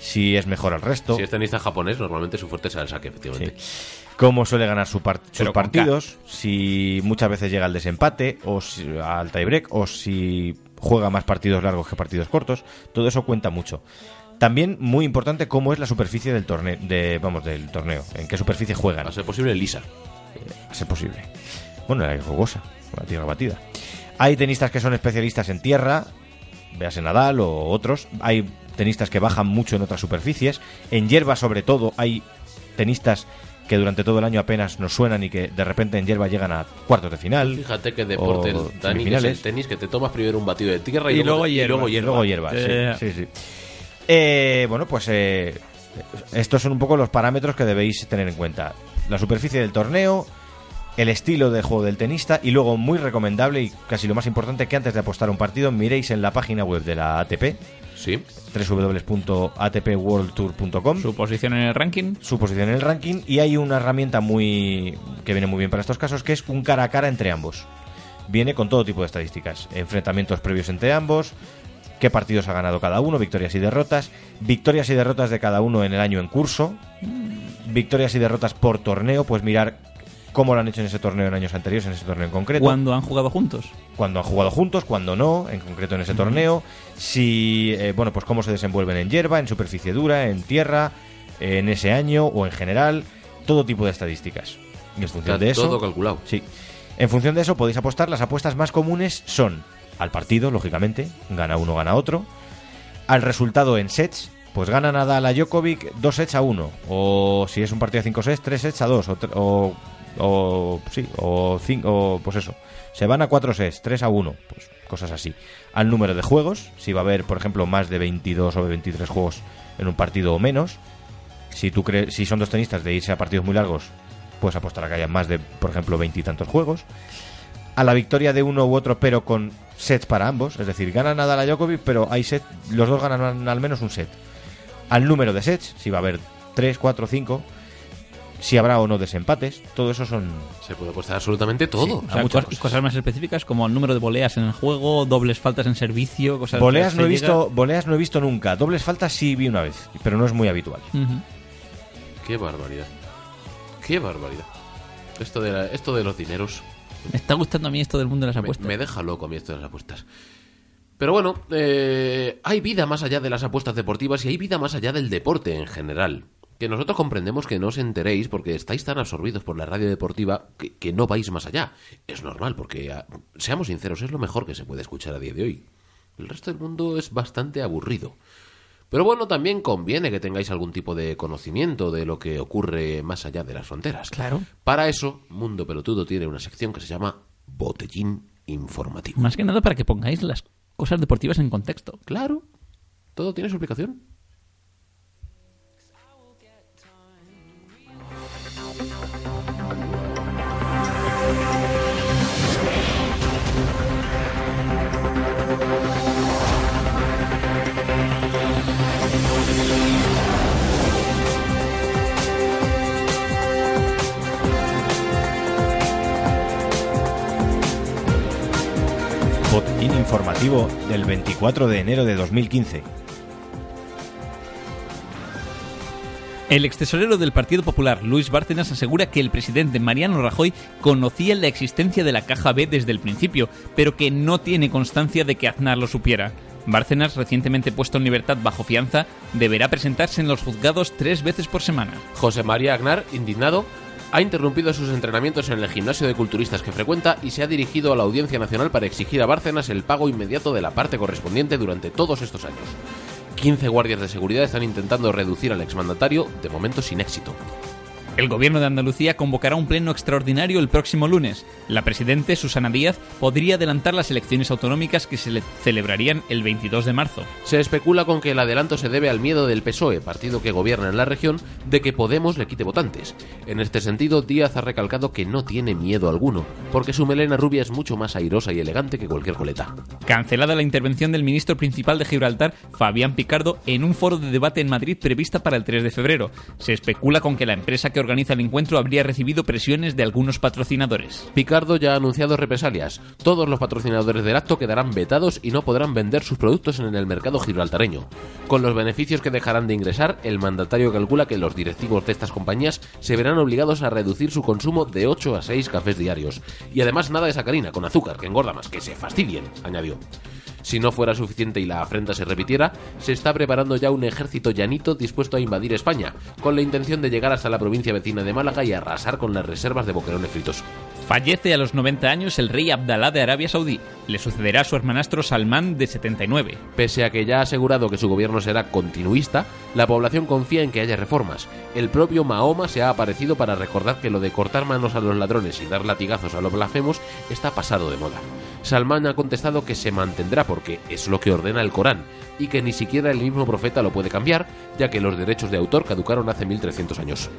si es mejor al resto,
Si es tenista japonés, normalmente su fuerte será el saque, efectivamente.
cómo suele ganar su par- sus
Pero con
partidos, si muchas veces llega al desempate o si- al tiebreak o si juega más partidos largos que partidos cortos, todo eso cuenta mucho. También muy importante cómo es la superficie del torneo, de, vamos, del torneo, en qué superficie juegan.
A ser posible, lisa.
a ser posible. Bueno, la rugosa, la tierra batida. Hay tenistas que son especialistas en tierra, veas en Nadal o otros. Hay tenistas que bajan mucho en otras superficies. En hierba, sobre todo, hay tenistas que durante todo el año apenas nos suenan y que de repente en hierba llegan a cuartos de final.
Fíjate qué deporte
o
el Dani, que es el
semifinales.
tenis, que te tomas primero un batido de tierra y,
Y luego
y
hierba.
luego
Y
hierba.
luego hierba, sí,
Eh.
sí, sí. Eh, bueno, pues eh, estos son un poco los parámetros que debéis tener en cuenta. La superficie del torneo, el estilo de juego del tenista y luego muy recomendable y casi lo más importante que antes de apostar a un partido miréis en la página web de la ATP,
Sí.
www.atpworldtour.com
Su posición en el ranking.
su posición en el ranking y hay una herramienta muy que viene muy bien para estos casos que es un cara a cara entre ambos. Viene con todo tipo de estadísticas, enfrentamientos previos entre ambos, qué partidos ha ganado cada uno, victorias y derrotas, victorias y derrotas de cada uno en el año en curso, victorias y derrotas por torneo, pues mirar cómo lo han hecho en ese torneo en años anteriores, en ese torneo en concreto
Cuando han jugado juntos.
cuando han jugado juntos, cuando no, en concreto en ese torneo, si, eh, bueno, pues cómo se desenvuelven en hierba, en superficie dura, en tierra, en ese año o en general, todo tipo de estadísticas. Y en
Está
función de eso,
todo calculado.
sí. En función de eso podéis apostar. Las apuestas más comunes son al partido, lógicamente, gana uno, gana otro. Al resultado en sets, pues gana Nadal a Djokovic 2 sets a 1. O si es un partido de 5 sets, 3 sets a 2. O, tre- o, o- sí, o, cinco, o pues eso. Se van a 4 sets, 3 a 1. Pues cosas así. Al número de juegos, si va a haber, por ejemplo, más de 22 o 23 juegos en un partido o menos. Si, tú crees, si son dos tenistas de irse a partidos muy largos, pues apostar a que haya más de, por ejemplo, veintitantos juegos. A la victoria de uno u otro, pero con sets para ambos. Es decir, gana Nadal a Djokovic, pero hay set, los dos ganan al menos un set. Al número de sets, si va a haber 3, 4, 5, si habrá o no desempates. Todo eso son.
Se puede apostar absolutamente todo.
O sea,
muchas
cos-
cosas.
cosas más específicas como el número de boleas en el juego, dobles faltas en servicio, cosas
Voleas
que
no, he
se
visto, voleas no he visto nunca. Dobles faltas sí vi una vez, pero no es muy habitual.
llega- Ujú.
Qué barbaridad. Qué barbaridad. Esto de, la- esto de los dineros
Me está gustando a mí esto del mundo de las
me-
apuestas.
Me, deja loco a mí esto de las apuestas. Pero bueno, eh, hay vida más allá de las apuestas deportivas y hay vida más allá del deporte en general. Que nosotros comprendemos que no os enteréis porque estáis tan absorbidos por la radio deportiva que, que no vais más allá. Es normal porque, ah, seamos sinceros, es lo mejor que se puede escuchar a día de hoy. El resto del mundo es bastante aburrido. Pero bueno, también conviene que tengáis algún tipo de conocimiento de lo que ocurre más allá de las fronteras. Claro. Para eso, Mundo Pelotudo tiene una sección que se llama Botellín Informativo.
Más que nada para que pongáis las cosas deportivas en contexto.
Claro, todo tiene su explicación.
Botín informativo del 24 de enero de 2015.
El extesorero del Partido Popular, Luis Bárcenas, asegura que el presidente Mariano Rajoy conocía la existencia de la caja B desde el principio, pero que no tiene constancia de que Aznar lo supiera. Bárcenas, recientemente puesto en libertad bajo fianza, deberá presentarse en los juzgados tres veces por semana.
José María Agnar, indignado, ha interrumpido sus entrenamientos en el gimnasio de culturistas que frecuenta y se ha dirigido a la Audiencia Nacional para exigir a Bárcenas el pago inmediato de la parte correspondiente durante todos estos años. 15 guardias de seguridad están intentando reducir al exmandatario, de momento sin éxito.
El gobierno de Andalucía convocará un pleno extraordinario el próximo lunes. La presidente, Susana Díaz, podría adelantar las elecciones autonómicas que se le- celebrarían el 22 de marzo.
Se especula con que el adelanto se debe al miedo del PSOE, E, partido que gobierna en la región, de que Podemos le quite votantes. En este sentido, Díaz ha recalcado que no tiene miedo alguno, porque su melena rubia es mucho más airosa y elegante que cualquier coleta.
Cancelada la intervención del ministro principal de Gibraltar, Fabián Picardo, en un foro de debate en Madrid prevista para el 3 de febrero. Se especula con que la empresa que organiza el encuentro habría recibido presiones de algunos patrocinadores.
Picardo ya ha anunciado represalias. Todos los patrocinadores del acto quedarán vetados y no podrán vender sus productos en el mercado gibraltareño. Con los beneficios que dejarán de ingresar, el mandatario calcula que los directivos de estas compañías se verán obligados a reducir su consumo de 8 a 6 cafés diarios. Y además nada de sacarina, con azúcar, que engorda más, que se fastidien, añadió. Si no fuera suficiente y la afrenta se repitiera, se está preparando ya un ejército llanito dispuesto a invadir España, con la intención de llegar hasta la provincia vecina de Málaga y arrasar con las reservas de boquerones fritos.
Fallece a los 90 años el rey Abdalá de Arabia Saudí. Le sucederá su hermanastro Salmán de 79.
Pese a que ya ha asegurado que su gobierno será continuista, la población confía en que haya reformas. El propio Mahoma se ha aparecido para recordar que lo de cortar manos a los ladrones y dar latigazos a los blasfemos está pasado de moda. Salman ha contestado que se mantendrá porque es lo que ordena el Corán y que ni siquiera el mismo profeta lo puede cambiar, ya que los derechos de autor caducaron hace 1300 años.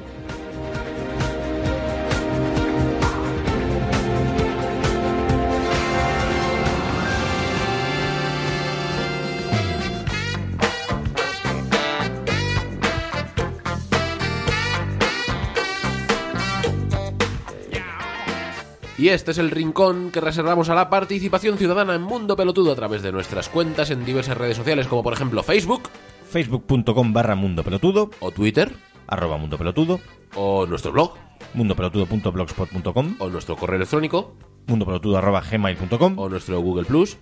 Y este es el rincón que reservamos a la participación ciudadana en Mundo Pelotudo a través de nuestras cuentas en diversas redes sociales como por ejemplo Facebook
Facebook.com barra mundo pelotudo,
o Twitter
arroba mundo pelotudo,
o nuestro blog
mundopelotudo.blogspot.com,
o nuestro correo electrónico
mundopelotudo arroba gmail.com,
o nuestro Google Plus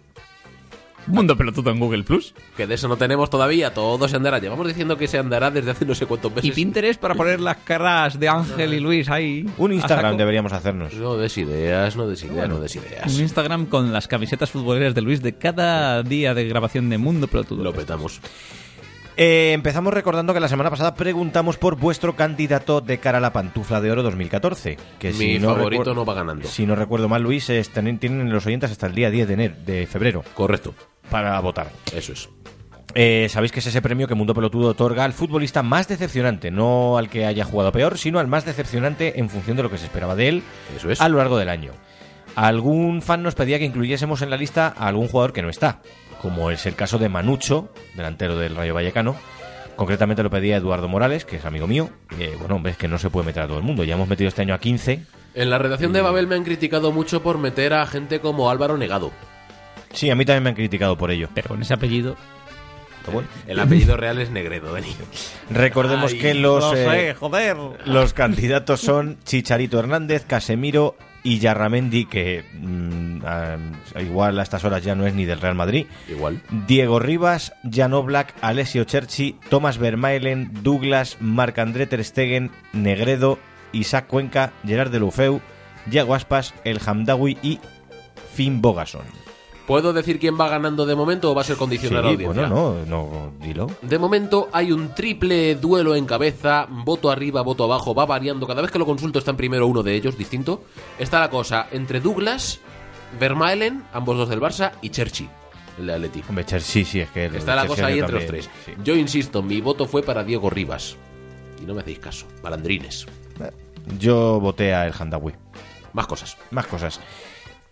Mundo pelotudo en Google Plus.
Que de eso no tenemos todavía, todo se andará. Llevamos diciendo que se andará desde hace no sé cuántos meses.
Y Pinterest para poner las caras de Ángel y Luis ahí.
Un
A
Instagram
saco.
deberíamos hacernos.
No des ideas, no des ideas, no des
Un
ideas.
Instagram con las camisetas futboleras de Luis de cada día de grabación de Mundo Pelotudo.
Lo petamos.
Eh, empezamos recordando que la semana pasada preguntamos por vuestro candidato de cara a la pantufla de oro 2014. Que
Mi
si no
favorito
recuer-
no va ganando.
Si no recuerdo mal, Luis, es- tienen, tienen los oyentes hasta el día 10 de, ener- de febrero
Correcto,
para votar.
eso es.
Eh, Sabéis que es ese premio que Mundo Pelotudo otorga al futbolista más decepcionante, no al que haya jugado peor, sino al más decepcionante en función de lo que se esperaba de él
Eso es.
a lo largo del año. Algún fan nos pedía que incluyésemos en la lista a algún jugador que no está, como es el caso de Manucho, delantero del Rayo Vallecano. Concretamente lo pedía Eduardo Morales, que es amigo mío. Eh, bueno, hombre, es que no se puede meter a todo el mundo. Ya hemos metido este año a 15.
En la redacción de Babel me han criticado mucho por meter a gente como Álvaro Negado.
Sí, a mí también me han criticado por ello.
Pero con ese apellido.
Pero bueno.
El apellido real es Negredo, Dani.
Recordemos
Ay,
que los,
No
eh,
sé, joder.
Los candidatos son Chicharito Hernández, Casemiro y Yarramendi, que mm, ah, igual a estas horas ya no es ni del Real Madrid.
Igual.
Diego Rivas, Jan Oblak, Alessio Cherchi, Tomás Vermaelen, Douglas, Marc-André Ter Stegen, Negredo, Isaac Cuenca, Gerard Delufeu, Yago Aspas, El Hamdawi y Finn Bogason.
¿Puedo decir quién va ganando de momento o va a ser condicional a la
Sí,
audiencia?
bueno, no, no, dilo.
De momento hay un triple duelo en cabeza, voto arriba, voto abajo, va variando. Cada vez que lo consulto está en primero uno de ellos, distinto. Está la cosa entre Douglas, Vermaelen, ambos dos del Barça, y Cherchi, el de Atleti.
Hombre, Cherchi, sí, es que... el
Está la
Cherchi
cosa ahí
yo
entre los
también,
tres.
sí.
Yo insisto, mi voto fue para Diego Rivas. Y no me hacéis caso. Balandrines.
Yo voté a El Hamdawi.
Más cosas.
más cosas.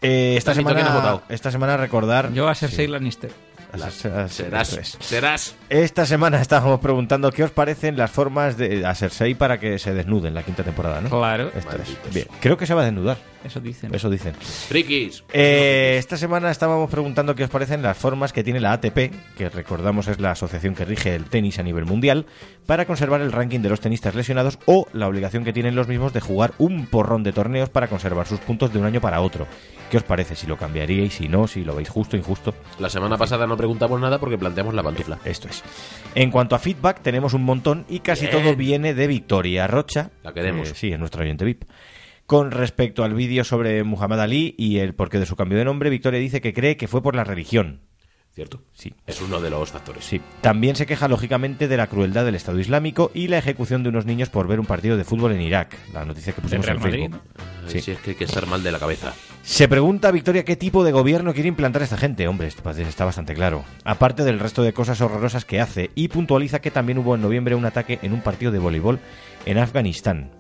Eh, esta,
Dani, ¿tú a
semana,
quién has votado?
esta semana recordar.
Yo a Cersei Lannister.
a Cersei- a
Serás.
Cersei, eso es.
Serás.
Esta semana estábamos preguntando qué os parecen las formas de a Cersei para que se desnuden la quinta temporada, ¿no?
Claro,
Esto es.
Malditos.
Bien. Creo que se va a desnudar,
eso dicen.
eso dicen.
Frikis.
Eh, esta semana estábamos preguntando qué os parecen las formas que tiene la ATP, que recordamos es la asociación que rige el tenis a nivel mundial, para conservar el ranking de los tenistas lesionados o la obligación que tienen los mismos de jugar un porrón de torneos para conservar sus puntos de un año para otro. ¿Qué os parece? Si lo cambiaríais, si no, si lo veis justo, injusto.
La semana pasada no preguntamos nada porque planteamos la pantufla.
Esto es. En cuanto a feedback, tenemos un montón y casi
Bien.
todo viene de Victoria Rocha.
La queremos.
que sí, es nuestro oyente VIP. Con respecto al vídeo sobre Muhammad Ali y el porqué de su cambio de nombre, Victoria dice que cree que fue por la religión.
¿Cierto?
Sí.
Es uno de los factores.
Sí. También se queja lógicamente de la crueldad del Estado Islámico y la ejecución de unos niños por ver un partido de fútbol en Irak. La noticia que pusimos
Real
en
Madrid,
Facebook.
Ay,
Sí.
Si es que hay que estar mal de la cabeza.
Se pregunta Victoria qué tipo de gobierno quiere implantar esta gente. Hombre, esto parece- está bastante claro. Aparte del resto de cosas horrorosas que hace, y puntualiza que también hubo en noviembre un ataque en un partido de voleibol en Afganistán.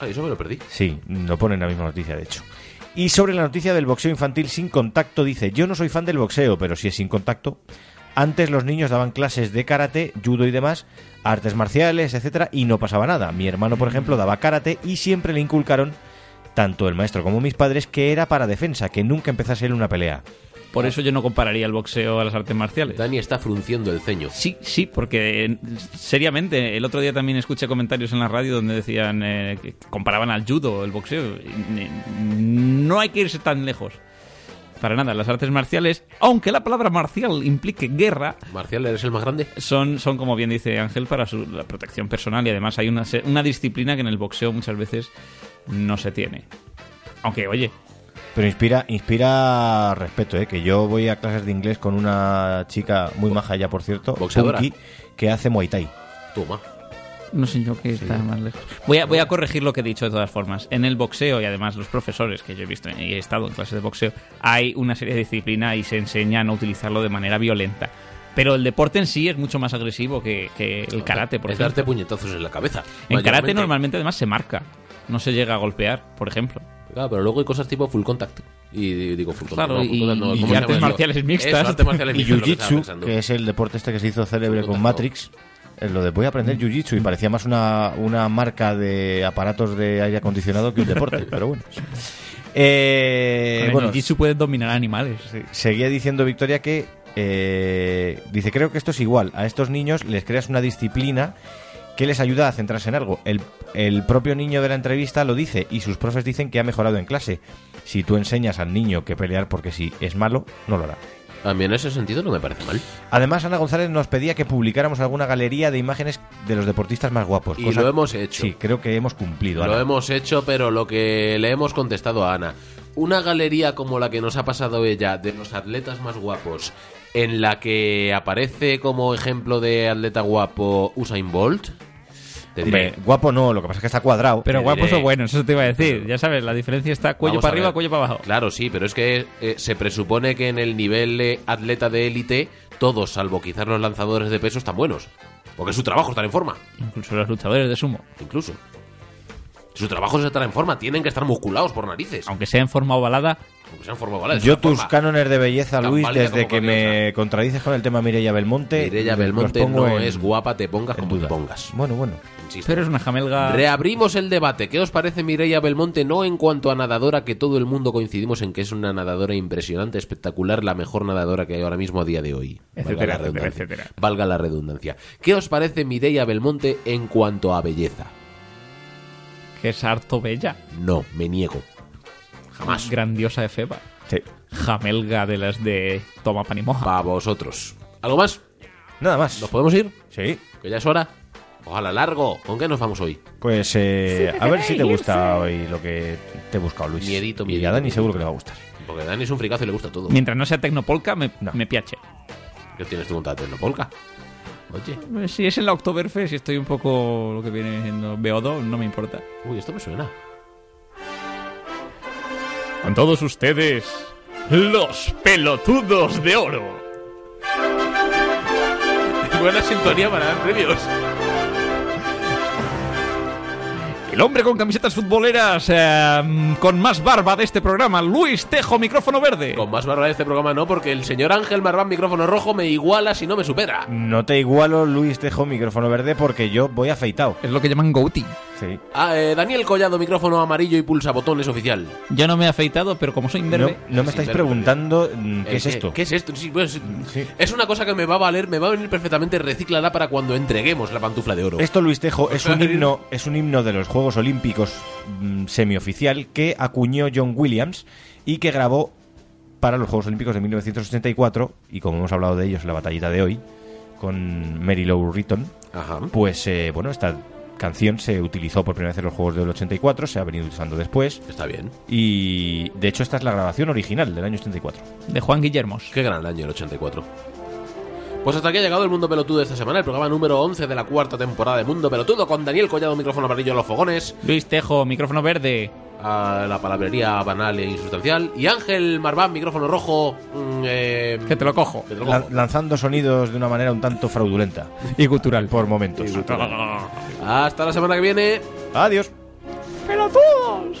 Ah, eso me lo perdí.
Sí, lo pone en la misma noticia, de hecho. Y sobre la noticia del boxeo infantil sin contacto, dice, yo no soy fan del boxeo, pero si es sin contacto. Antes los niños daban clases de karate, judo y demás, artes marciales, etcétera, y no pasaba nada. Mi hermano, por ejemplo, daba karate y siempre le inculcaron, tanto el maestro como mis padres, que era para defensa, que nunca empezase él una pelea.
Por eso yo no compararía el boxeo a las artes marciales.
Dani está frunciendo el ceño.
Sí, sí, porque eh, seriamente, el otro día también escuché comentarios en la radio donde decían eh, que comparaban al judo, el boxeo. Y, eh, No hay que irse tan lejos. Para nada, las artes marciales, aunque la palabra marcial implique guerra,
Marcial, ¿eres el más grande?
son, son como bien dice Ángel, para su, la protección personal y además hay una, se- una disciplina que en el boxeo muchas veces no se tiene. Aunque, oye,
Pero inspira, inspira respeto, ¿eh? que yo voy a clases de inglés con una chica muy maja ya, por cierto,
Boxeadora.
Punky, que hace Muay Thai.
Toma.
No sé yo qué está más lejos. Voy a, voy a corregir lo que he dicho de todas formas. En el boxeo, y además los profesores que yo he visto y he estado en clases de boxeo, hay una serie de disciplinas y se enseña a no utilizarlo de manera violenta. Pero el deporte en sí es mucho más agresivo que, que el karate, por
es darte
ejemplo.
puñetazos en la cabeza.
En karate
mayormente.
normalmente además se marca. No se llega a golpear, por ejemplo.
Claro, pero luego hay cosas tipo full contact. Y digo full contact.
Claro,
no,
y-
full contact no,
y
¿cómo se
artes
llama eso?
marciales mixtas.
Eso, artes marciales
Y
mixtas, lo que estaba
Jiu-Jitsu,
pensando.
que es el deporte este que se hizo célebre
Absoluta,
con
no.
Matrix, es lo de voy a aprender Jiu-Jitsu y parecía más una, una marca de aparatos de aire acondicionado que un deporte, pero bueno. Eh,
Con el
bueno,
jiu-jitsu puedes dominar animales.
sí, seguía diciendo Victoria que eh, dice, creo que esto es igual, a estos niños les creas una disciplina que les ayuda a centrarse en algo. El, el propio niño de la entrevista lo dice y sus profes dicen que ha mejorado en clase. Si tú enseñas al niño que pelear porque si es malo, no lo hará.
A mí en ese sentido no me parece mal.
Además, Ana González nos pedía que publicáramos alguna galería de imágenes de los deportistas más guapos.
Y
cosa-
lo hemos hecho.
Sí, creo que hemos cumplido.
Lo
Ana.
hemos hecho, pero lo que le hemos contestado a Ana, una galería como la que nos ha pasado ella de los atletas más guapos, en la que aparece como ejemplo de atleta guapo Usain Bolt, te diré,
Hombre, guapo no, lo que pasa es que está cuadrado.
Pero
Te
guapos
diré.
o buenos, eso te iba a decir. Ya sabes, la diferencia está cuello
Vamos
para
a
arriba,
ver.
cuello para abajo.
Claro, sí, pero es que eh, se presupone que en el nivel eh, atleta de élite, todos, salvo quizás los lanzadores de peso, están buenos. Porque su trabajo es estar en forma,
Incluso los luchadores de sumo.
incluso. Su trabajo es estar en forma, tienen que estar musculados por narices.
Aunque sea en forma ovalada,
Aunque sean forma ovalada, es
Yo
una
tus
forma.
cánones de belleza,
Tan
Luis,
válida
desde
como
que
cualquier
me contradices con el tema Mireia Belmonte.
Mireia
los
Belmonte
pongo
no
en-
es guapa, te pongas
en
como te
duda.
pongas.
Bueno, bueno.
Insisto.
tú eres una jamelga.
Reabrimos el debate. ¿Qué os parece Mireia Belmonte? No en cuanto a nadadora, que todo el mundo coincidimos en que es una nadadora impresionante, espectacular, la mejor nadadora que hay ahora mismo a día de hoy.
Etcétera,
la
etcétera,
redundancia.
etcétera.
Valga la redundancia. ¿Qué os parece Mireia Belmonte en cuanto a belleza?
Que es harto bella.
No, me niego. Jamás.
Grandiosa de Feba.
Sí.
Jamelga de las de Toma Pan y Moja.
Para vosotros. ¿Algo más?
Nada más.
¿Nos podemos ir?
Sí.
Que ya es hora. Ojalá largo. ¿Con qué nos vamos hoy?
Pues eh,
Sí,
a ver si te
queréis,
gusta
sí.
hoy lo que te he buscado, Luis.
Miedito,
Y a
miedito,
Dani
miedito.
seguro que le va a gustar.
Porque Dani es un fricazo y le gusta todo.
Mientras no sea Tecnopolca, me,
No.
me piache.
¿Qué tienes tú contra Tecnopolca? Oye.
Si es en la Oktoberfest y estoy un poco lo que viene siendo BO2, no me importa.
Uy, esto me suena.
Con todos ustedes, los pelotudos de oro.
Buena sintonía para dar premios.
El hombre con camisetas futboleras eh, con más barba de este programa, Luis Tejo, micrófono verde.
Con más barba de este programa no, porque el señor Ángel Marván, micrófono rojo, me iguala si no me supera.
No te igualo, Luis, dejo micrófono verde porque yo voy afeitado.
Es lo que llaman goatee.
Sí.
Ah, eh, Daniel Collado, micrófono amarillo y pulsa botones oficial.
Yo no me he afeitado, pero como soy
No,
imberbe,
no me
Sí,
estáis
verde,
preguntando mm,
Eh,
qué es esto.
¿Qué es esto? Sí, pues,
Sí.
Es una cosa que me va a valer, me va a venir perfectamente reciclada para cuando entreguemos la pantufla de oro.
Esto, Luis Tejo, es un
Ostras.
himno, es un himno de los Juegos Olímpicos mm, semioficial que acuñó John Williams y que grabó para los Juegos Olímpicos de 1984 y como hemos hablado de ellos en la batallita de hoy con Mary Lou Retton,
Ajá.
pues eh, bueno, esta canción se utilizó por primera vez en los Juegos del 84, se ha venido usando después
Está bien.
y de hecho esta es la grabación original del año 84.
de Juan Guillermos.
Qué gran año el 84. Pues hasta aquí ha llegado el Mundo Pelotudo de esta semana, el programa número 11 de la cuarta temporada de Mundo Pelotudo, con Daniel Collado, micrófono amarillo en los fogones,
Luis Tejo, micrófono verde.
a la palabrería banal e insustancial, y Ángel Marván, micrófono rojo. mm, eh,
Que te lo cojo.
que te lo
Lan-
cojo.
lanzando sonidos de una manera un tanto fraudulenta
Y gutural.
por momentos.
Hasta la semana que viene.
Adiós.
¡Pelotudos!